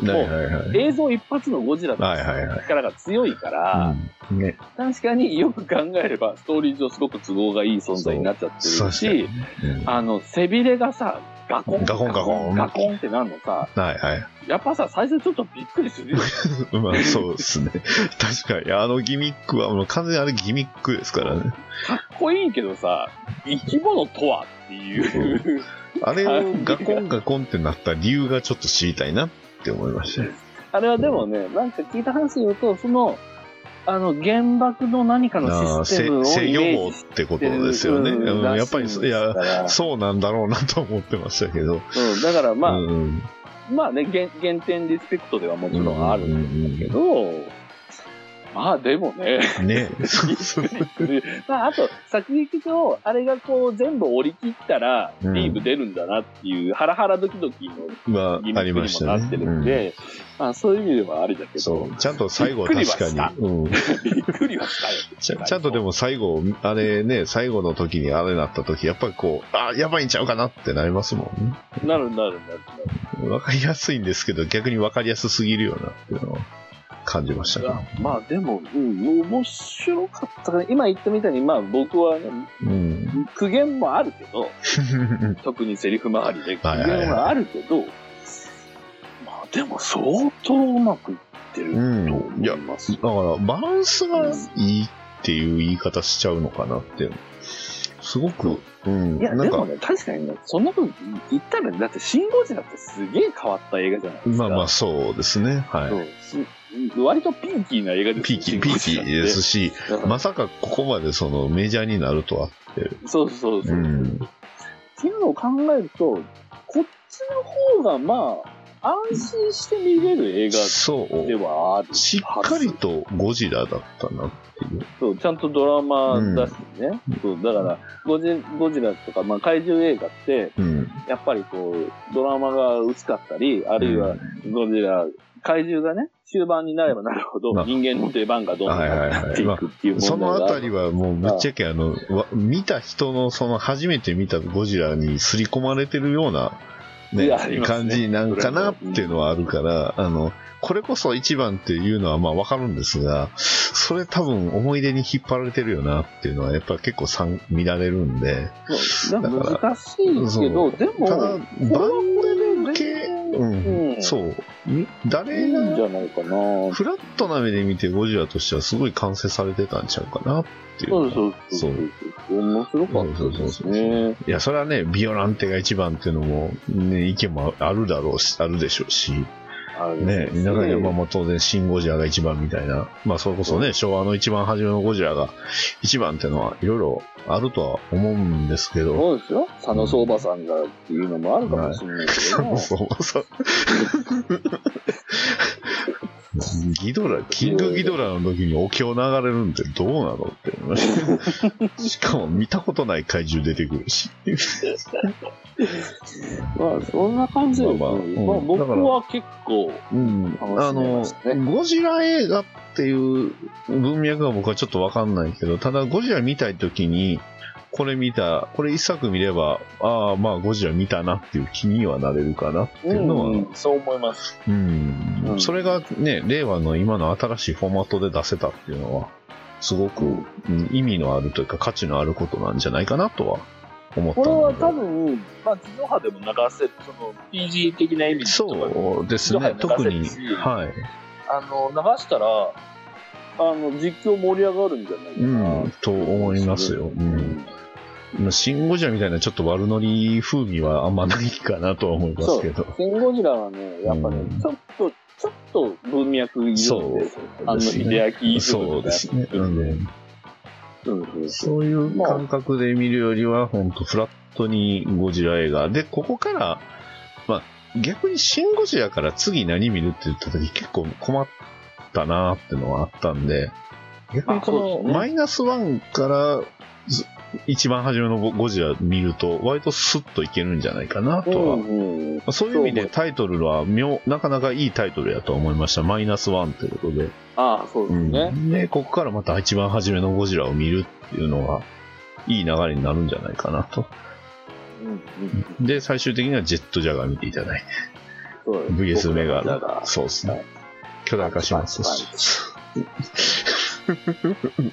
その、も
はいは
う
いはい。
映像一発のゴジラの
はいはいはい
力が強いから、
うんね。
確かによく考えれば、ストーリー上すごく都合がいい存在になっちゃって
そ
る
うしたよ
し、
ねうん
あの、背びれがさ、ガコン、
ガコンガコン
ガコンってなるのさ、
はいはい。
やっぱさ、最初ちょっとびっくりす るよね。
まあそうですね。 確かに。あのギミックは、もう完全にあれギミックですからね。
かっこいいけどさ、生き物とはっていう。
あれをガコンガコンってなった理由がちょっと知りたいなって思いましたね。
あれはでもね、なんか聞いた話によると、その、あの、原爆の何か
あ
の
あ
システム
せ
を
制
イ
御
メ
棒
ー
っ
ジして
こと
てる
ですよね。
うん
うんや
ら
っ
しい
ぱり
んです
そ、
か
い
ら
や、そうなんだろうなと思ってましたけど。
うん、だからまあ、
うん
まあね、原原点リスペクトではもちろんあるんだけど、まあで もね、
ね。そうそう
まああと、作劇上、あれがこう全部折り切ったら、
うん
リーブ出るんだなっていう、ハラハラドキドキの
ま
ギミ
あ、あ
ッ
り
ク
まし
にも
たね
なって。る
うんん
で、まあそういう意味ではあれだけ
そ
ど
う。、ちゃんと最後は
びっくり
確
はし
か
た
に。うん
びっくりはしたよ。
ちゃちゃんとでも最後、あれね、最後の時にあれなった時、やっぱりこう、あやばいんちゃうかなってなりますもん
なるなるなる
ね。わかりやすいんですけど、逆にわかりやすすぎるよなっていうのは感じました
な
け
る。
ど
あまあでも、うん、面白かったから、今言ったみたいに、まあ僕はね、
うん。
苦言もあるけど、特にセリフ周りで苦
はいはいはい
言はあるけど、まあでも相当うまくいってると
うん。い
思
や
い、ます。
だから、バランスがいいっていう言い方しちゃうのかなって。すごく、うん。
いや、
な
で
んか
も、ね、確かにね、そんなこと言ったらね、だって、シン・ゴジラってすげえ変わった映画じゃないです
ま
か。
あまあ、そうですね。は
そうし割とピーキーな映画
い。
です
ピー
よ
キー、ピーキーですし、
シンゴジラって
まさかここまでそのメジャーになるとは。
そうそうそうう。
ん。
っていうのを考えると、こっちの方が、まあ、安心して見れる映画
そ
で
う。
はあるはず。
しっかりとゴジラだったなっていう。
そう、ちゃんとドラマだしね。そう、だから、ゴジゴジラとか、まあ、怪獣映画って、
うん。
やっぱりこう、ドラマが薄かったり、あるいは、ゴジラ、怪獣がね、終盤になればなるほど
まあ、
人間の出番がどんどん
はいはいはい
なっていくっていう問題が
そのあたり
り
はもうぶっちゃけあの、わ見た人のその初めて見たゴジラに刷り込まれてるような、ね
いやありますね
感じなんかなっていうのはあるから、あの、これこそ一番っていうのはまあわかるんですが、それ多分思い出に引っ張られてるよなっていうのはやっぱ結構さん見られるんで、だから
難しいけ
そ
ど、
う
でも、
ただ、バン
これはこ
デ
れで
系
全、然
うん
うん
そう、ん
いい
誰
ん
が
じゃないかな
フラットな目で見てゴジラとしてはすごい完成されてたんちゃうかなっていう。
そうそう
そ
そうう。面白かったですね。
いや、それはね、ビオランテが一番っていうのも、ね、意見もあるだろうし、あるでしょうし、
あれ
ね、
です
中にはまあ当然、シン・ゴジラが一番みたいな、まあ、それこそね、昭和の一番初めのゴジラが一番っていうのは、いろいろあるとは思うんですけど、
そうですよ。佐野相馬さんがっていうのもあるかもしれないけども。
そうそう。ギドラ、キングギドラの時にお経流れるんってどうなのって思いました。しかも見たことない怪獣出てくるし。
まあ、そんな感じで、
まあまあうん
まあ僕は結構、
うん、あ
楽しめ
の
ました、ね
ゴジラ映画っていう文脈は僕はちょっとわかんないけど、ただゴジラ見たいときに、これ見た、これ一作見れば、ああ、まあゴジラ見たなっていう気にはなれるかなっていうのは、うん、
うんそう思います。うん
それがね、令和の今の新しいフォーマットで出せたっていうのは、すごく、うん意味のあるというか価値のあることなんじゃないかなとは思った
これは多
ので。
分、まあ、地上波でも流せる、その、PG 的な意味とか
そうですね、
地上波
特
でも
に
出せるし、
はい。
あの、流したら、あの、実況盛り上がるんじゃないか
う
な。
ん、と思いますよ。うんまあシン・ゴジラみたいなちょっと悪ノリ風味はあんまないかなとは思いますけど。
シン・ゴジラはね、やっぱね、
うん
ちょっと、ちょっと文脈いるんで、
そう
あの、
ですね
秀明イズム
そうですね、
うん
うん
うん
そういう感覚で見るよりは、本当フラットにゴジラ映画。で、ここから、まあ、逆にシン・ゴジラから次何見るって言った時結構困ったなーってのはあったんで、逆にこ
まあそうで
の
すね
マイナスワンからず、一番初めのゴゴジラ見ると、割とスッといけるんじゃないかなとは。
うんうん
そういう意味でタイトルは妙、なかなかいいタイトルやと思いました。マイナスワンということで。
ああ、そうですね。
で、ここからまた一番初めのゴジラを見るっていうのが、いい流れになるんじゃないかなと。
うんうん
で、最終的にはジェットジャガー見ていただいて、
そう
VS メガ
僕ら
ロ。そうですね。巨大化しますし。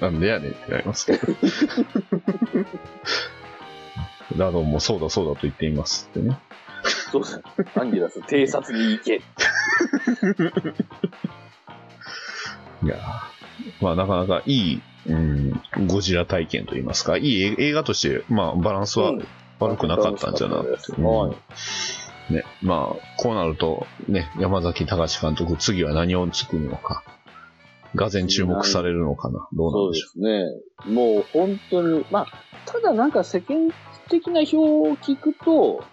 なんでやねんってなり ますけど。ラドンもそうだそうだと言っていますってね。
そうですね。アンギラス、偵察に行け。
いやーまあなかなかいい、うん、ゴジラ体験といいますか、いい映映画として、まあバランスは
うん
悪くなかったんじゃなくて。
は
うんね、まあ、こうなると、ね、山崎隆監督、次は何を作るのか。がぜ注目されるのかな。どうな
そ
んで
うで
しょ
すね。もう本当に、まあ、ただなんか世間的な表を聞くと、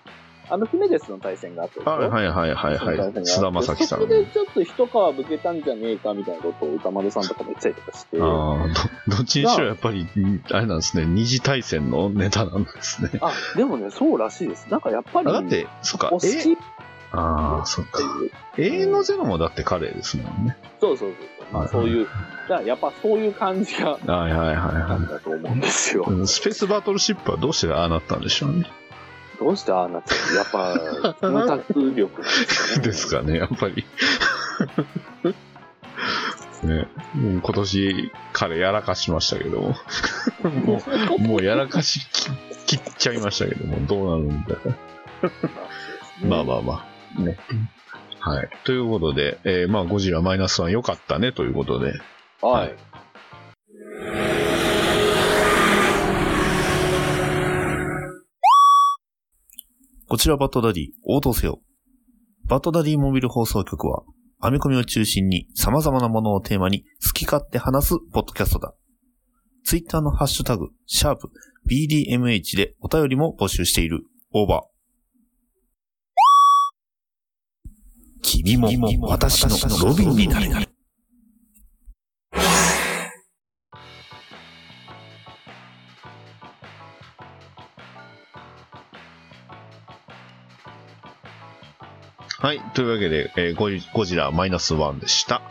あの、ヒメデスの対戦があったで
う。
しょ
はいはいはいはい
その対戦があっ
は
て
い。菅田将暉さん
そ。こでちょっと一皮むけたんじゃねえかみたいなことを歌丸さんとかも言ったりとかして。
ああ、どどっちにしろやっぱり、うんあれなんですね、二次大戦のネタなんですね。
あ、でもね、そうらしいです。なんかやっぱ
あ
り、
だって、そっか
お好、きってい
え
う。
ああ、そっか。永遠のゼロもだって彼ですもんね。
そうそう
は
そ
い
う。そういう、だからやっぱそういう感じが、
はいはいはい
な
は
んだと思うんですよ
い。。うんスペースバトルシップはどうしてああなったんでしょうね。
どうしてああなっちゃうやっぱ、無卓力ですね。
ですかね、やっぱり。 ね、うん今年彼やらかしましたけども。もう、もうやらかしき切っちゃいましたけども、どうなるんだか。まあまあまあ。ね。はい。ということで、えーまあ、ゴジラマイナスワン良かったね、ということで。
あ。はい。
こちらバットダディ、応答せよ。バットダディモビル放送局は、編み込みを中心に様々なものをテーマに好き勝手話すポッドキャストだ。ツイッターのハッシュタグ、シャープ BDMH でお便りも募集している。オーバー。君も私のロビンになれ。
はい。というわけで、えーゴジゴジラマイナスワンでした。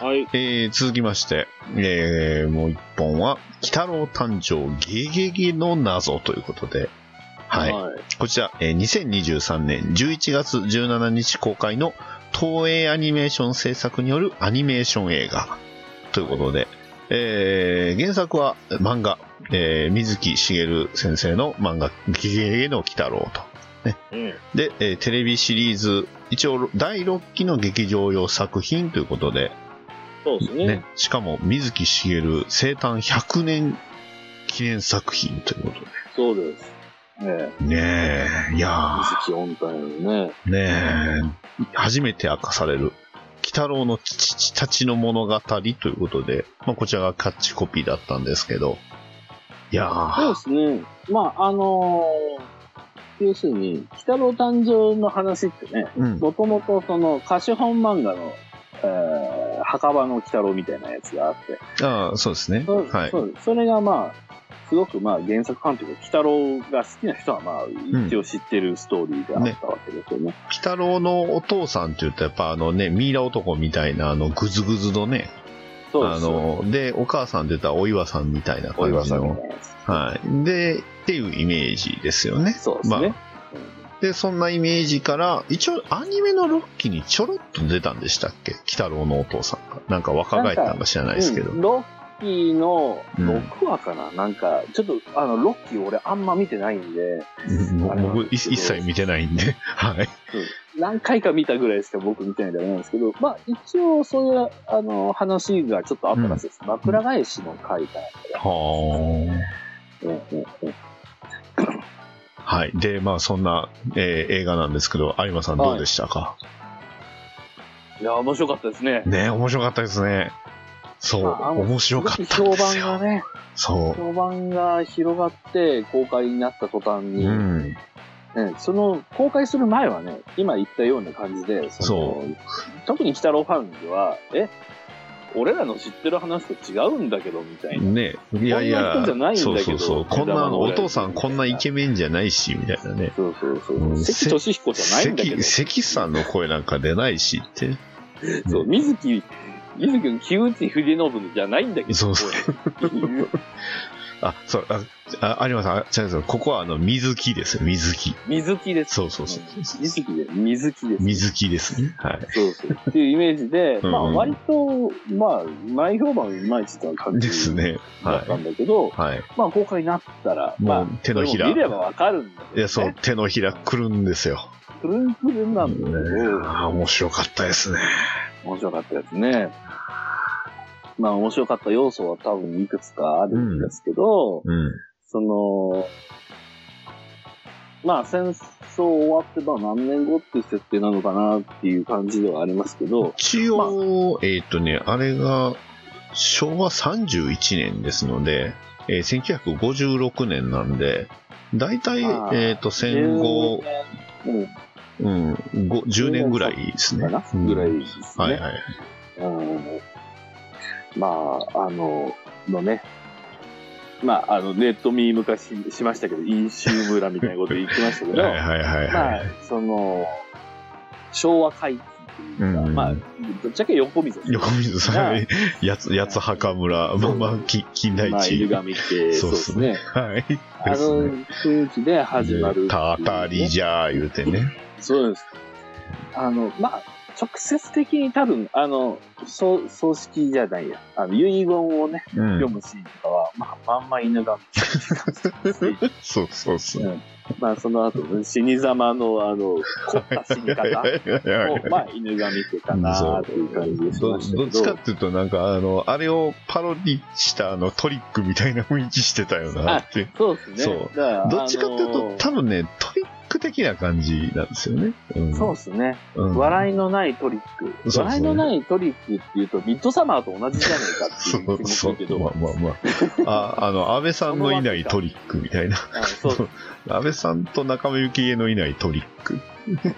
はい。
えー続きまして、えーもう一本は、鬼太郎誕生ゲゲゲの謎ということで、はい。
はい。
こちら、えー2023年11月17日公開の東映アニメーション制作によるアニメーション映画ということで、えー原作は漫画、えー水木しげる先生の漫画、ゲゲゲの鬼太郎と。
うん。
で、えーテレビシリーズ、一応第6期の劇場用作品ということで、
そうですね。
ね、しかも水木しげる生誕100年記念作品ということ
そうです。ね
で。ねえ、いやー
水木音体のね。
ねえ、初めて明かされる、鬼太郎の父たちの物語ということで、まあ、こちらがキャッチコピーだったんですけど、いや
そう
ー
ですね。まあ、あのー、要するに、北郎誕生の話ってね、
うん、
もともとその、歌手本漫画の、えー、墓場の鬼太郎みたいなやつがあって、
ああそうですね。
そ
はい。
そうですそれがまあ、すごくまあ原作監督、鬼太郎が好きな人はまあ、一応知ってるストーリーであったわけですよね。
鬼太郎のお父さんって言うと、やっぱあのね、ミイラ男みたいな、あの、ぐずぐずのね、
そうで
あ
す。
の、で、お母さんって言ったらお岩さんみたいな
お
感
岩
じ
さんみた
の、
いなやつ。
はい。で、っていうイメージですよね。
そうです
まあ
ね。
で、そんなイメージから、一応アニメのロッキーにちょろっと出たんでしたっけ鬼太郎のお父さんが。なんか若返ったんか知らないですけど。
うんロッキーの
うん
6話かな、なんか、ちょっと、あの、ロッキー俺あんま見てないんで、
うん
あれは
僕、い一切見てないんで。 はい。
何回か見たぐらいしか僕見てないんであれなんですけど、まあ、一応そういう、あの、話がちょっとあったらしいです。枕返しの回か
は
な、ねねね
あ。はい。で、まあそんな、えー映画なんですけど、有馬さんどうでしたか、
いや、面白かったですね。
ね面白かったですね。そう、
まあ
面白かったん
評
です
判
よ。
がね、
そ
評判が広がって公開になった途端
う。
に、
うん。
ね、その公開する前はね、今言ったような感じで、の
そ
特に鬼太郎ファンでは、え、俺らの知ってる話と違うんだけど、みたいな。
ねいやい
こん
や
な人じゃないんだけ
そう
ど
そうそう。こんなあの、お父さんこんなイケメンじゃないし、みたいなね。
そうそうそうう。
ん
関俊彦じゃないんだけど
関、。関さんの声なんか出ないしって。
そう、水木、水木の木内秀信じゃないんだけど。
そうそ
っていう
あ、そう、あ、あ有馬さん、あ違うんですよここはあの、水木ですよ、水木。
水木です。
そうそうそう。
水木で、水木です。
水木ですね。はい。
そうそう。っていうイメージで、
うん
まあ割と、まあ、前評判いまいちとは感じ
ですね。
だっ
は
たんだけど、
い。はい。
まあ公開になったら、ま
も
あ
う、手のひら。
それも見れ
い
ばわかるんだけど、ね。
や、そう、。手のひらくるんですよ。
くるんくるんなんだけど、
ああ、面白かったですね。
面白かったですね。まあ面白かった要素は多分いくつかあるんですけ
う
ど、
ん。
その、まあ戦争終わってば何年後っていう設定なのかなっていう感じではありますけど、
一応、えーっ、とね、あれが昭和31年ですので、えー1956年なんで、大体、え
あー
ーっ、と、戦後、
うん、
うん、ご10年ぐらいですね。
かな、
うん
ぐらいですね。
はいはい。
うん、まあ、あの、のね、まあ、あの、ネット見昔しましたけど、飲酒村みたいなこと言ってましたけど、
はいはいはい
まあ
はい。、
その、昭和回帰っていうか、
うん
まあ、ぶっちゃけ横溝さん
横水さん、
が
やつ、やつはか村、まあまあ、き近代
まあ、
地
犬。神って、
そ
そう
っ
うですす
ね
ね。
はい。
あの雰囲気で始まるっていうね、
たたりじゃー言うてね。
そうです。あの、まあ、直接的に多分、あの、そう、葬式じゃないや。あの、遺言をね、
うん
読むシーンとかは、まあ、まんま 犬神って感じですし
そうそうそう。
まあ、その後、死に様の、あの、凝った死に方を、まあ、犬神ってかなっていう感じでし
どど
ま
っ
し
ちか
た
っ
け
ていうと、なんか、あの、あれをパロディしたあのトリックみたいな雰囲気してたよなって。
ど、そうですね
そ。
だら
どっちかっていう
あ
と
の、
多分ね、トリック的な感じなんですよね。うん、
そうですね。
うん
笑いのないトリック。
そうそう
笑いのないトリックっていうと、ミッドサマーと同じじゃないかっていう気もす
そ
る
う
け
そう。
ど、
まあまあまあ。 あ、あの、安倍さんのいないトリックみたいな。
あのそうそう
安倍さんと中目幸恵のいないトリック。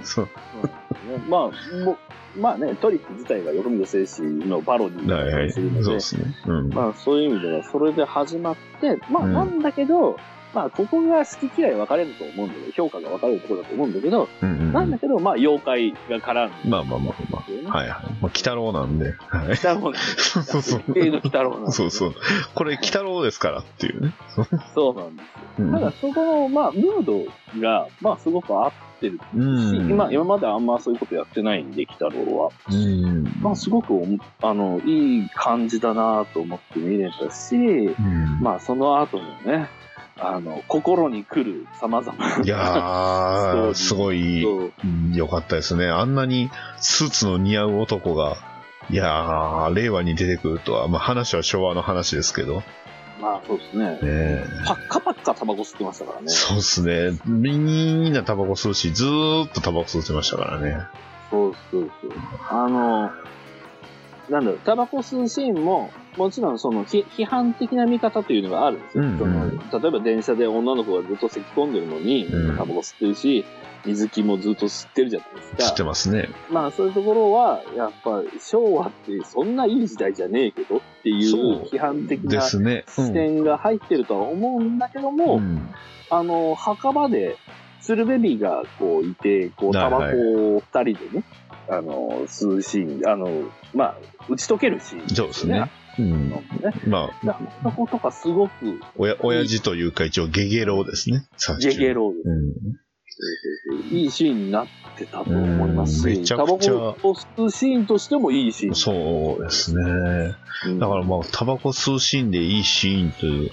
そう。
ですね。まあ、もうまあね、トリック自体が横溝正史のパロディー
はい
だ
は
った
い。
り
そ
す
う
るので、
ですね。うん。
まあそういう意味では、それで始まって、まあ
うん
なんだけど、まあここが好き嫌い分かれると思うんだけど、評価が分かれるところだと思うんだけど、
うんうん
なんだけど、まあ妖怪が絡んで
まあまあまあま
るよね
あ。。はいはい。まあ、鬼太郎なんで。 はい。
北郎なんだよね
そうそうそう
一定の北郎なんだよね
そうそう。これ、鬼太郎ですからっていうね。
そうなんで
う
す。
ん
ただそこの、まあ、ムードが、まあすごく合ってるし、
うん
今、今まであんまそういうことやってないんで、北郎は。
うん。
まあすごくおも、あの、いい感じだなと思って見れたし、
うん
まあその後のね、あの、心に来る様々な。
いやー、すごい
そう
うん良かったですね。あんなにスーツの似合う男が、いやー、令和に出てくるとは、まあ話は昭和の話ですけど、ね
まあそうですね。
え
パッカパッカタバコ吸ってましたからね。そ
そうですね。みんなタバコ吸うし、ずーっとタバコ吸ってましたからね。
うそうそう。あの、なんだろう、タバコ吸うシーンも、もちろんその批批判的な見方というのがあるんですよ。
うんうん
その例えば電車で女の子がずっと咳き込んでるのに、
うん
タバコ吸ってるし、水木もずっと吸ってるじゃないですか。
吸ってますね。
まあそういうところは、やっぱ昭和ってそんないい時代じゃねえけどってい
そう
う批判的
で
な
すね。う
視
ん
点が入ってるとは思うんだけども、
うん。
あの、墓場で鶴瓶ビがこういて、こう
は
タ
いは
バ
い
コを二人でね、あの、吸うシーン、あの、まあ、打ち解けるシーン、
そうですね。。うん。
ね
まあ、
だからそことかすごく
おや、親父というか一応ゲゲロウですね。
ゲゲロ
ウ。うん。
いいシーンになってたと思います
うん
し、
めちゃ
タバコ
く
を
ちゃ
吸うシーンとしてもいいシーン。
そうですね。
うん
だからまあ、タバコ吸うシーンでいいシーンという、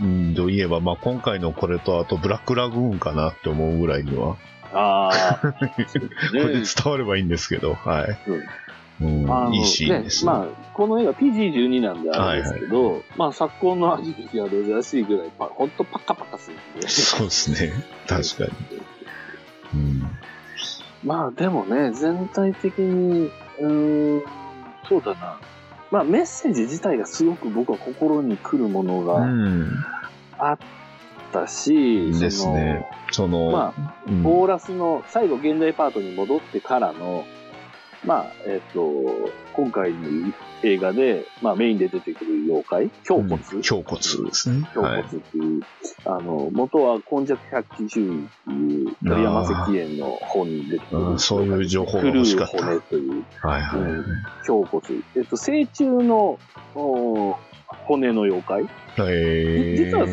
うん、といえば、まあ今回のこれとあとブラックラグーンかなって思うぐらいには、
ああ、
これで伝わればいいんですけど、はい。
あ
うん、
の
いいシーンですね。
まあ、この映画 PG12 なんであれですけど、まあ、昨今のアニメには珍しいぐらい、まあ、ほんとパカパカするんで。
そうですね。確かに。うん
まあ、でもね、全体的に、うーん、そうだな。まあ、メッセージ自体がすごく僕は心に来るものが
うん。
あったし、その
ですね。その、
まあ、
うん
コーラスの最後現代パートに戻ってからの、まあ、えっ、と、今回の映画で、まあ、メインで出てくる妖怪、胸骨。
胸骨ですね。
胸
は
骨
い。
っていう、あの、元は今弱百鬼中尉っていう鳥山石燕の本に出てく
うん
る。
そういう情報が
狂
欲
う
しかった。
骨という、
はいは
う
い。
ん、胸骨。えっと、成虫のおー骨の妖怪。
えー、
実は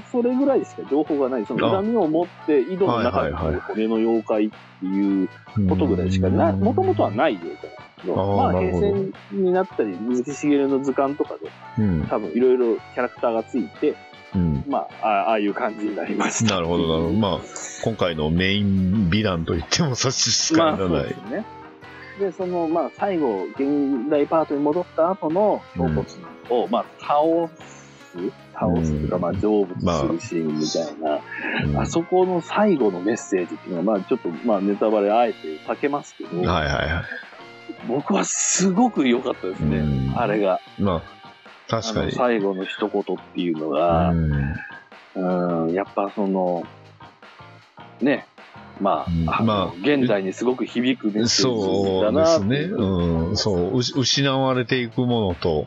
そそそれぐらいしか情報がない。その
あ
恨みを持って井戸の中にい
はいはいは
る
い
骨の妖怪っていうことぐらいしかな、もともとはない妖怪なんですけど、
あー
まあ
なるほ
平
ど
成になったり、水木しげるの図鑑とかで
うん。
多分いろいろキャラクターがついて、
うん。
まあ、あああいう感じになりました。
なるほど、なるほど。まあ、今回のメインヴィランと言っても差し支え
ま
な
あ、
い。
そうですね。で、その、まあ、最後、現代パートに戻った後の胸骨を、まあ、倒す、倒すというか、
うん
まあ、成仏するシーンみたい
う
な、
ん
あそこの最後のメッセージっていうのは、まあ、ちょっと、まあ、ネタバレあえて避けますけど、
はいはいは
僕はすごく良かったです
い。
ね、
うん
あれが。
まあ、確か
あの
に。
最後の一言っていうのが
う、ん
うん、やっぱその、ね、まあ、
うん
あの
まあ
現代にすごく響くメッセージ
そ
だ
うで
な
すね。うん。そう、うし失われていくものと、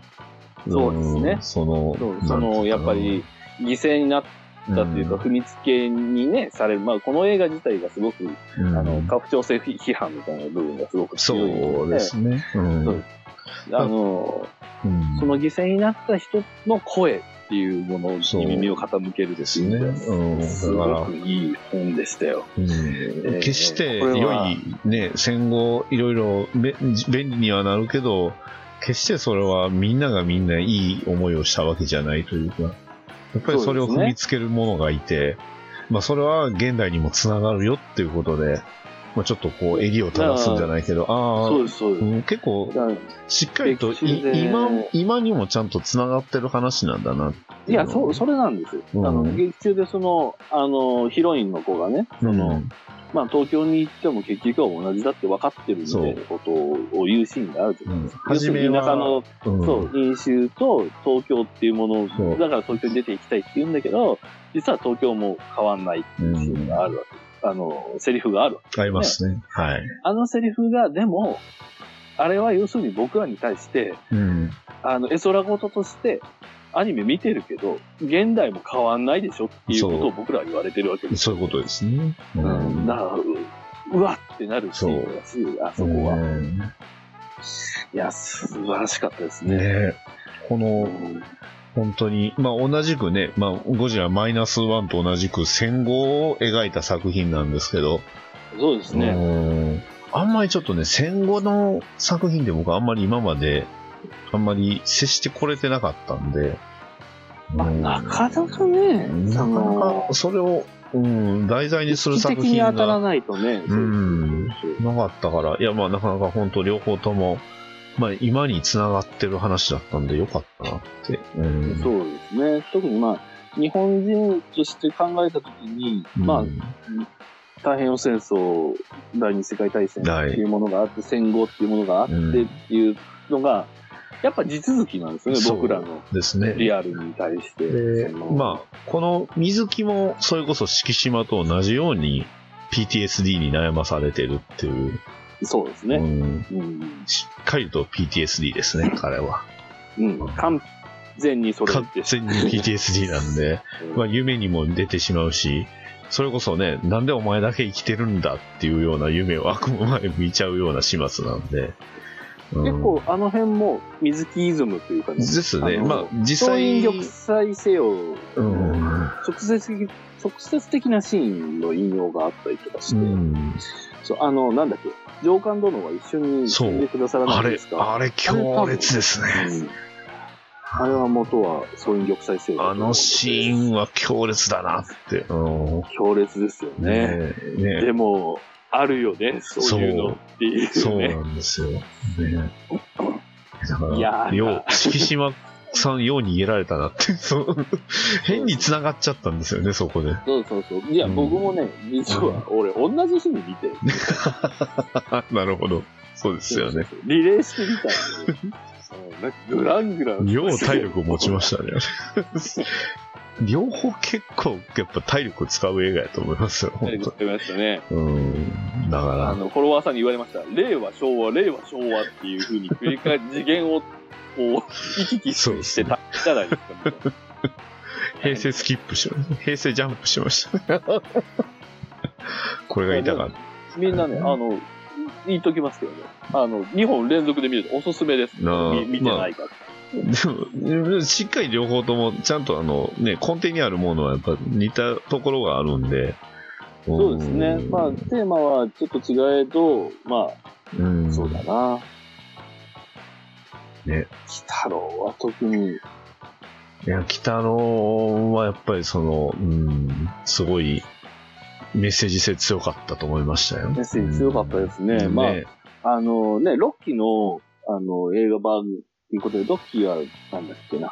そうですね
んその、
そう
な
そ
んていうか
の
な
やっぱり、犠牲になったっていうか、踏みつけにね、される。まあ、この映画自体がすごく、
うん
あの
う、ん
拡張性批判みたいな部分がすごく強い
そう
の
で
で、
すね。う
そ
ん
う。あの、
うん
その犠牲になった人の声っていうものに耳を傾ける
ですね。うん。だ
す
から
ご、くいい本でしたよ。
うん
え
決して
これ
良、
はい
ね、戦後いろいろべ便利にはなるけど、決してそれはみんながみんないい思いをしたわけじゃないというか、やっぱりそれを
そうですね
踏みつけるものがいて、まあそれは現代にもつながるよっていうことで、まあちょっとこう襟を正すんじゃないけど、ああ、
そうです、そう
う
です。
ん結構
だから
しっかりとい
歴史で
今、今にもちゃんとつながってる話なんだなって
い
いうのを。
や、そう、それなんですよ。
うん
あの、劇中でその、あの、ヒロインの子がね、
う
そ
ん、
の、まあ、東京に行っても結局は同じだって分かってるみたいなことを言うシーンがあるじゃないですか。
うん
要するに田舎の、
うん
そう、飲酒と東京っていうもの
そう
を、だから東京に出ていきたいって言うんだけど、実は東京も変わんないっていうシーンがあるわけ。あの、セリフがあるわけ。
ありますね。はい。
あのセリフが、でも、あれは要するに僕らに対して、
うん
あの、絵空事として、アニメ見てるけど、現代も変わんないでしょっていうこと
そ
を
う
僕らは言われてるわけです。
そういうことですね。う
うん、だから、ううわってなるシーンだし、あそこは。
うんね
いや、素晴らしかったですね。
えこ
う
の、
ん
本当に、まあ同じくね、まあゴジラマイナスワンと同じく戦後を描いた作品なんですけど、
そうです
う
ね。
んあんまりちょっとね、戦後の作品で僕あんまり今まで、あんまり接してこれてなかったんで、
まあ、
うん
なかなかね、
な
そ
かな
の
か、それを、うん、題材にする
意識
作
的に
品が
当たら
な
ないとね、そう
うん
そうそう
かったから、いやまあなかなか本当両方とも、まあ今に繋がってる話だったんでよかったなって。うん
そうですね。特にまあ、日本人として考えたときに、まあ
う、ん
太平洋戦争、第二次世界大戦って
はい
いうものがあって、戦後っていうものがあって
うん
っていうのが、やっぱ地続きなんですよね、
そう
僕らの
ですね。
リアルに対して。
で、
その
まあ、この水木も、それこそ敷島と同じように、PTSD に悩まされてるっていう。
そうです
う
ね。
ん
うん。
しっかりと PTSD ですね、彼は。
うん。完全にそれ
完
です。
全に PTSD なんで、まあ、夢にも出てしまうし、それこそね、なんでお前だけ生きてるんだっていうような夢を悪夢まで見ちゃうような始末なんで。うん
結構、あの辺も水木イズムというかね。
ですね。
あの
まあ、実
総
際、
員玉砕せよ、
うん、
直接的、直接的なシーンの引用があったりとかして、
うん
そうあの、なんだっけ、上官殿は一緒に
そう
死んでくださらな
あ
いで
れ
す、か。
あれ強烈ですね。
うんあれは元は総員玉砕せよ。
あのシーンは強烈だなって。うん、
強烈ですよね。
ねえね
でも、あるよね、そういうのっていうね。
えそうなんですよ。ねえだから、
いやー
よう、敷島さんように言えられたなって、 そう変に繋がっちゃったんですよね、そこで。
そうそうそう。いや、
うん
僕もね、実は俺、同じ日に見てるんで
なるほど。そうです
す
よ
よ
ね。。
リレーしてみ たんでうんなんかグラングラン。
よう体力を持ちましたね。両方結構やっぱ体力使う映画やと思いますよ、本
言
当
ってましたね。
うん。だ
あ
か
の、フォロワーさんに言われました。令和、昭和、令和、昭和っていう風に繰り返し次元を、こう、行き来
そうです
して
ね
たじゃないですか。もう
ら、平成スキップしました。平成ジャンプしました。 これが痛かった。
みんなね、あの、言っときますけどね。あの、2本連続で見るとおすすめです。
なあ
み見てないから。
でも、しっかり両方とも、ちゃんとあの、ね、根底にあるものはやっぱ似たところがあるんで。
そうですね。まあ、テーマはちょっと違えど、ま
あ、うん
あ、そうだな。
ね。
北郎は特に、
いや、北野はやっぱりその、うん、すごいメッセージ性強かったと思いましたよ。
メッセージ強かったですね
うん
まああのね、ロッキーの、あの、映画版ということで、ロッキーは、なんだっけな。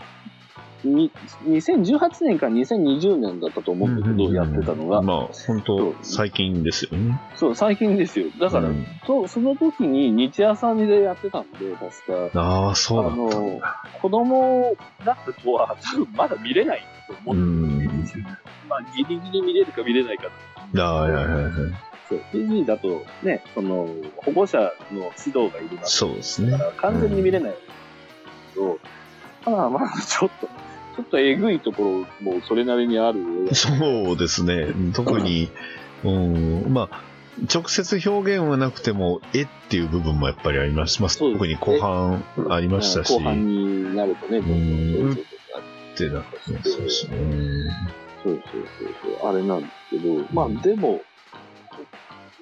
に2018年から2020年だったと思うんだけど、やってたのが。
まあ、本
そう
当最近ですよね。
そう、最近ですよ。だから、
うん
そうその時に日夜さんでやってたんで、確か。
ああ、そう
あ
だったん
の
だ。、
子供だった子は多分まだ見れないと思
う
うん
ん。
まあ、ギリギリ見れるか見れないか
ああ、いやいやいや
そう、PG だとね、その、保護者の指導がいるな
そうですね
だか。ら完全に見れないけど、まあまあ、ちょっと、ちょっとえぐいところもそれなりにあるよ。
そうですね。特に、うん、まあ、直接表現はなくても、絵っていう部分もやっぱりあります。まあ
そうです
特
ね
に後半ありましたし、
後半になるとね、
うん
そう
ってなんかね、そうですね。うん
そうそうそう、あれなんですけど、まあでも、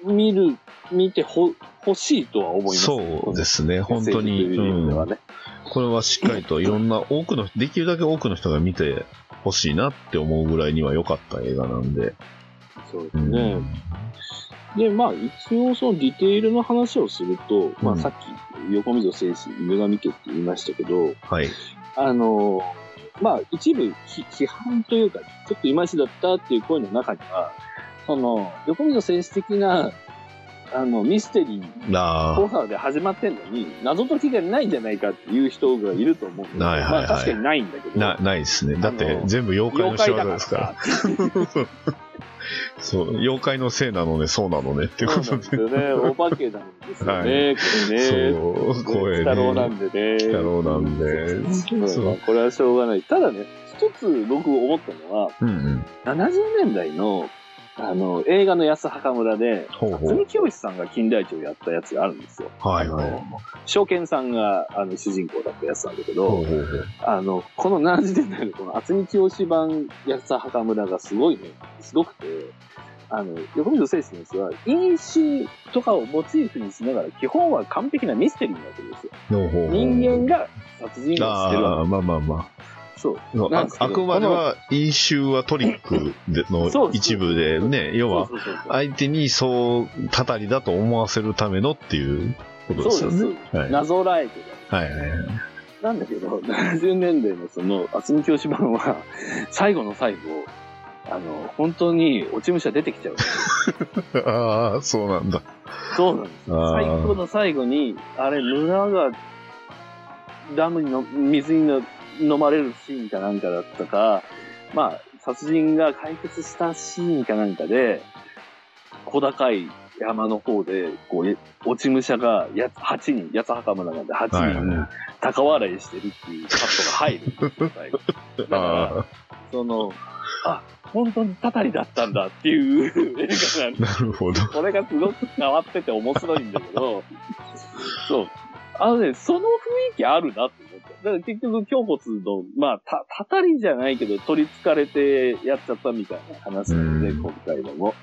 見る、見てほ欲しいとは思います。
そうですね、本当
政
に、
治という意味で
う
は
ん
ね。
これはしっかりといろんな多くの、できるだけ多くの人が見てほしいなって思うぐらいには良かった映画なんで。
そうで
う
す
ん
ね。で、まあ、一応そのディテールの話をすると、ま
う
あ
ん
さっき、横溝選手、女神家って言いましたけど、
はい。
あのまあ、一部ひ批判というか、ちょっといまいちだったっていう声の中には、その、横溝選手的な、あの、ミステリー、
なあ
コーナーで始まってんのに、謎解きがないんじゃないかっていう人がいると思うんですけど
はいはいはい
まあ確かにないんだけど、
な、ないですね。だっ
あ
て
の
全部妖怪の仕
妖
業で
怪だ
す
か
からら。。そう、妖怪のせいなのね、そうなのねっていうこ
そうな
とで
んです。よね。お化けなんですよ ね。
は
これね。
そう、声ね。
鬼太郎なんでね。
鬼太郎なんで
そう
そう
これはしょうがない。ただね、一つ僕思ったのは、
うんうん。
70年代のあの映画の安墓村で、
ほうほ
渥
う
美。清さんが金田一をやったやつがあるんですよ。
はいは
あの
い。
証券さんがあの主人公だったやつなんだけ
ほうほ
ど、
うほう。
あの、この70年代のこの渥美清版安墓村がすごいね、すごくて、あの、横溝正史のやつは、飲酒とかをモチーフにしながら、基本は完璧なミステリーなわけですよ。
ほうほうほう
人間が殺人をしてる
あ
わ
あ、まあまあまあ。
け。そう。
そう
なん
あ
ですけ
あ
ど
くまでは、飲酒はトリックで
そう
の
そう
一部でね、要は、
そうそうそうそう
相手にそう、たたりだと思わせるためのっていうことですよ
そ
ね
うで。
はい。は
謎ライトが
いはいはい。
なんだけど、70年代のその、厚み教師版は、最後の最後、あの、本当に落ち武者出てき ちゃう。
ああ、そうなんだ。
そうなんですよ。
あ
最
ー
後の最後に、あれ、村が、ダムにの水にの飲まれるシーンかなんかだったか、まあ、殺人が解決したシーンかなんかで、小高い山の方で、こうえ、落ち武者がや、8人、八つ墓村なんで8人、
はいは
高笑いしてるっていうカットが入るんですよ、 最後。だ
い。
から、
あ
その、あ、本当にたたりだったんだっていう映画なん
あ、なるほど。
これがすごく変わってて面白いんだけ ど、そう。あのね、その雰囲気あるなと思った。だから結局、胸骨の、まあ、た、たたりじゃないけど、取り憑かれてやっちゃったみたいな話なんで、
うん
今回のも。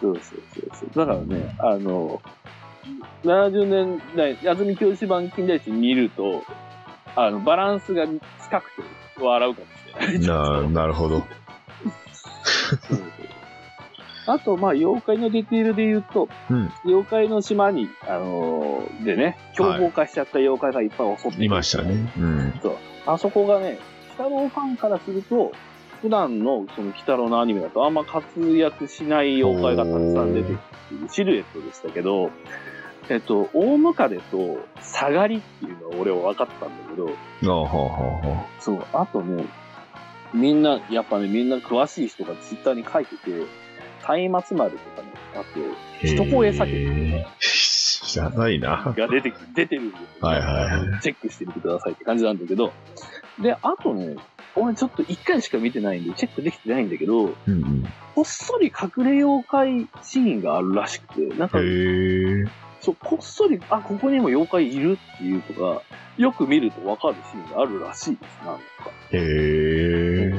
そうそうそうそう。だからね、あの、70年代、安住教師版金田一見ると、あの、バランスが近くて笑うかもしれない。
ななるほど。
あと、まあ、妖怪のディテールで言うと、
うん
妖怪の島に、あのーでね、凶暴化しちゃった妖怪がいっぱい襲ってくる
いましたね。うん。
あそこがね、鬼太郎ファンからすると、普段のその鬼太郎のアニメだとあんま活躍しない妖怪がたくさん出てくるシルエットでしたけど、えっと、大ムカデとサガリっていうのは俺は分かったんだけど、
ああ、はあはあは
そう、あとね、みんな、やっぱね、みんな詳しい人がツイッターに書いてて、松明丸とかね、あと、一声避けてね、
知らないな。
が出てき、出てるんで、
はいはい
チェックしてみてくださいって感じなんだけど、で、あとね、俺ちょっと一回しか見てないんで、チェックできてないんだけど、
うんうん。
こっそり隠れ妖怪シーンがあるらしくて、なんか、
へえ。
そう、こっそり、あ、ここにも妖怪いるっていうとか、よく見るとわかるシーンがあるらしいです、なんか。
へえ。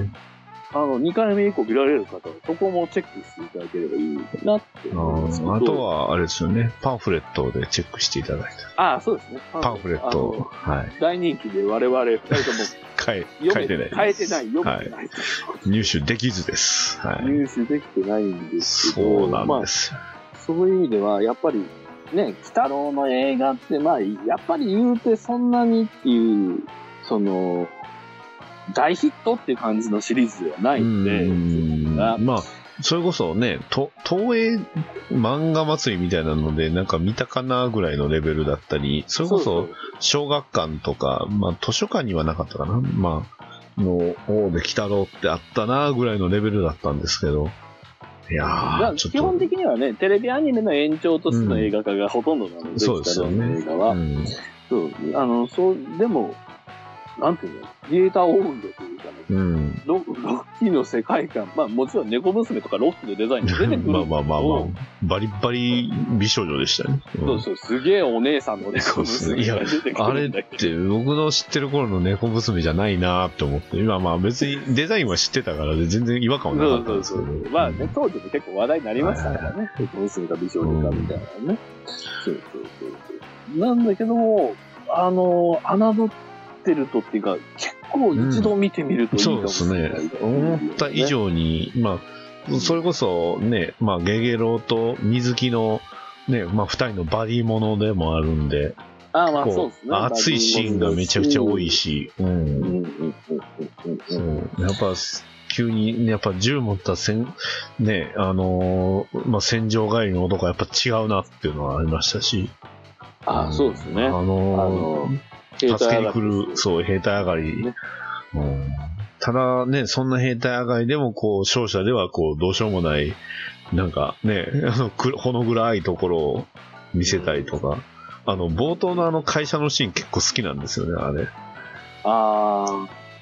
あの、2回目以降見られる方は、そこもチェックしていただければいいなって
あ
思うんですけど
ーあと、は、あれですよね。パンフレットでチェックしていただい
あそうですね。
た。パンフレッ
あ
ト
の
を。はい。
大人気で我々二人とも
変え、変
読め
えてない。
変えてない、読
は
めて
い。
ない。
入手できずです。はい。
入手できてないんですけ
そ
ど、
うな
ま
ん
あ
で、すよ。
そういう意味では、やっぱり、ね、鬼太郎の映画って、まあ、やっぱり言うてそんなにっていう、その、大ヒットっていう感じのシリーズではないんで、
うん
あ
まあ、それこそね、と東映漫画祭りみたいなので、なんか見たかなぐらいのレベルだったり、それこそ小学館とか、まあ図書館にはなかったかな、まあ、の、おうで、鬼太郎ってあったなぐらいのレベルだったんですけど、いや
だから
ー、ちょっと。
基本的にはね、テレビアニメの延長としての映画化がほとんどなので、
そうですよね
鬼太郎の映画は、
うん
そう、あの、そう、でも、なんていうの、ディエーターオーンドというかね、
うん。
ロ ロッキーの世界観、まあもちろん猫娘とかロッキーのデザインも出てくるんですけ ど
まあまあまあまあ、バリバリ美少女でしたね。うん
そうそう、すげえお姉さんの猫娘が出てく
あれ
る
っ
んだけど。
て僕の知ってる頃の猫娘じゃないなーって思って、今まあ別にデザインは知ってたから全然違和感はなかったんですけど。
そうそうそうまあね、当時も結構話題になりましたからね。猫娘が美少女かみたいなね。そうそうそうそう。なんだけども、あの、侮ってるとっていうか、結構一度見てみるといいか
そう
も
で
し
す
れない
ね
ぐらい、。
思った以上に、まあ、それこそね、まあゲゲロウと水木のね、まあ二人のバディものでもあるんで、
ああ、まあそう
こ
です
う、
ね。
熱いシーンがめちゃくちゃ多い。し、う
うんん。うんうんうんうんう
そ
ん。
うやっぱ、急に、やっぱ銃持った戦、ね、あのーまあ、戦場帰りの男はやっぱ違うなっていうのはありましたし。
ああ、そうで
あ
すね。
のー
携帯
助けに
上が
来
り
る、そう、兵隊上がり。
ね
うんただね、そんな兵隊上がりでも、こう、勝者では、こう、どうしようもない、なんかね、 あの、くほの暗いところを見せたりとか、あの、冒頭のあの会社のシーン結構好きなんですよね、あれ。
あ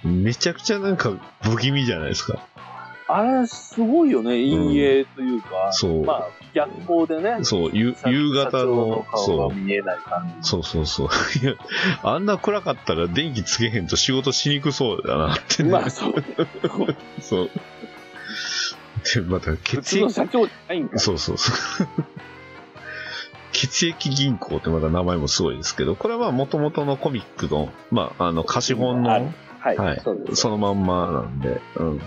あ。
めちゃくちゃなんか不気味じゃないですか。
あれ、すごいよね、陰影というか、
そう。
まあ、逆光でね、
そう、ゆ
さ
夕方の
社長、
そ
顔が
う。
見えない感じ。
そうそうそう。いや、あんな暗かったら電気つけへんと仕事しにくそうだなってね、
まあ、 そう。
そう。で、また
普
血
通の
液、
社長じゃないんか。
そうそうそう。血液銀行ってまた名前もすごいですけど、これはまあ元々のコミックの、まあ、あの、貸本
あ
の、
はい、
はい
そうです。
そのまんまなんで、うん。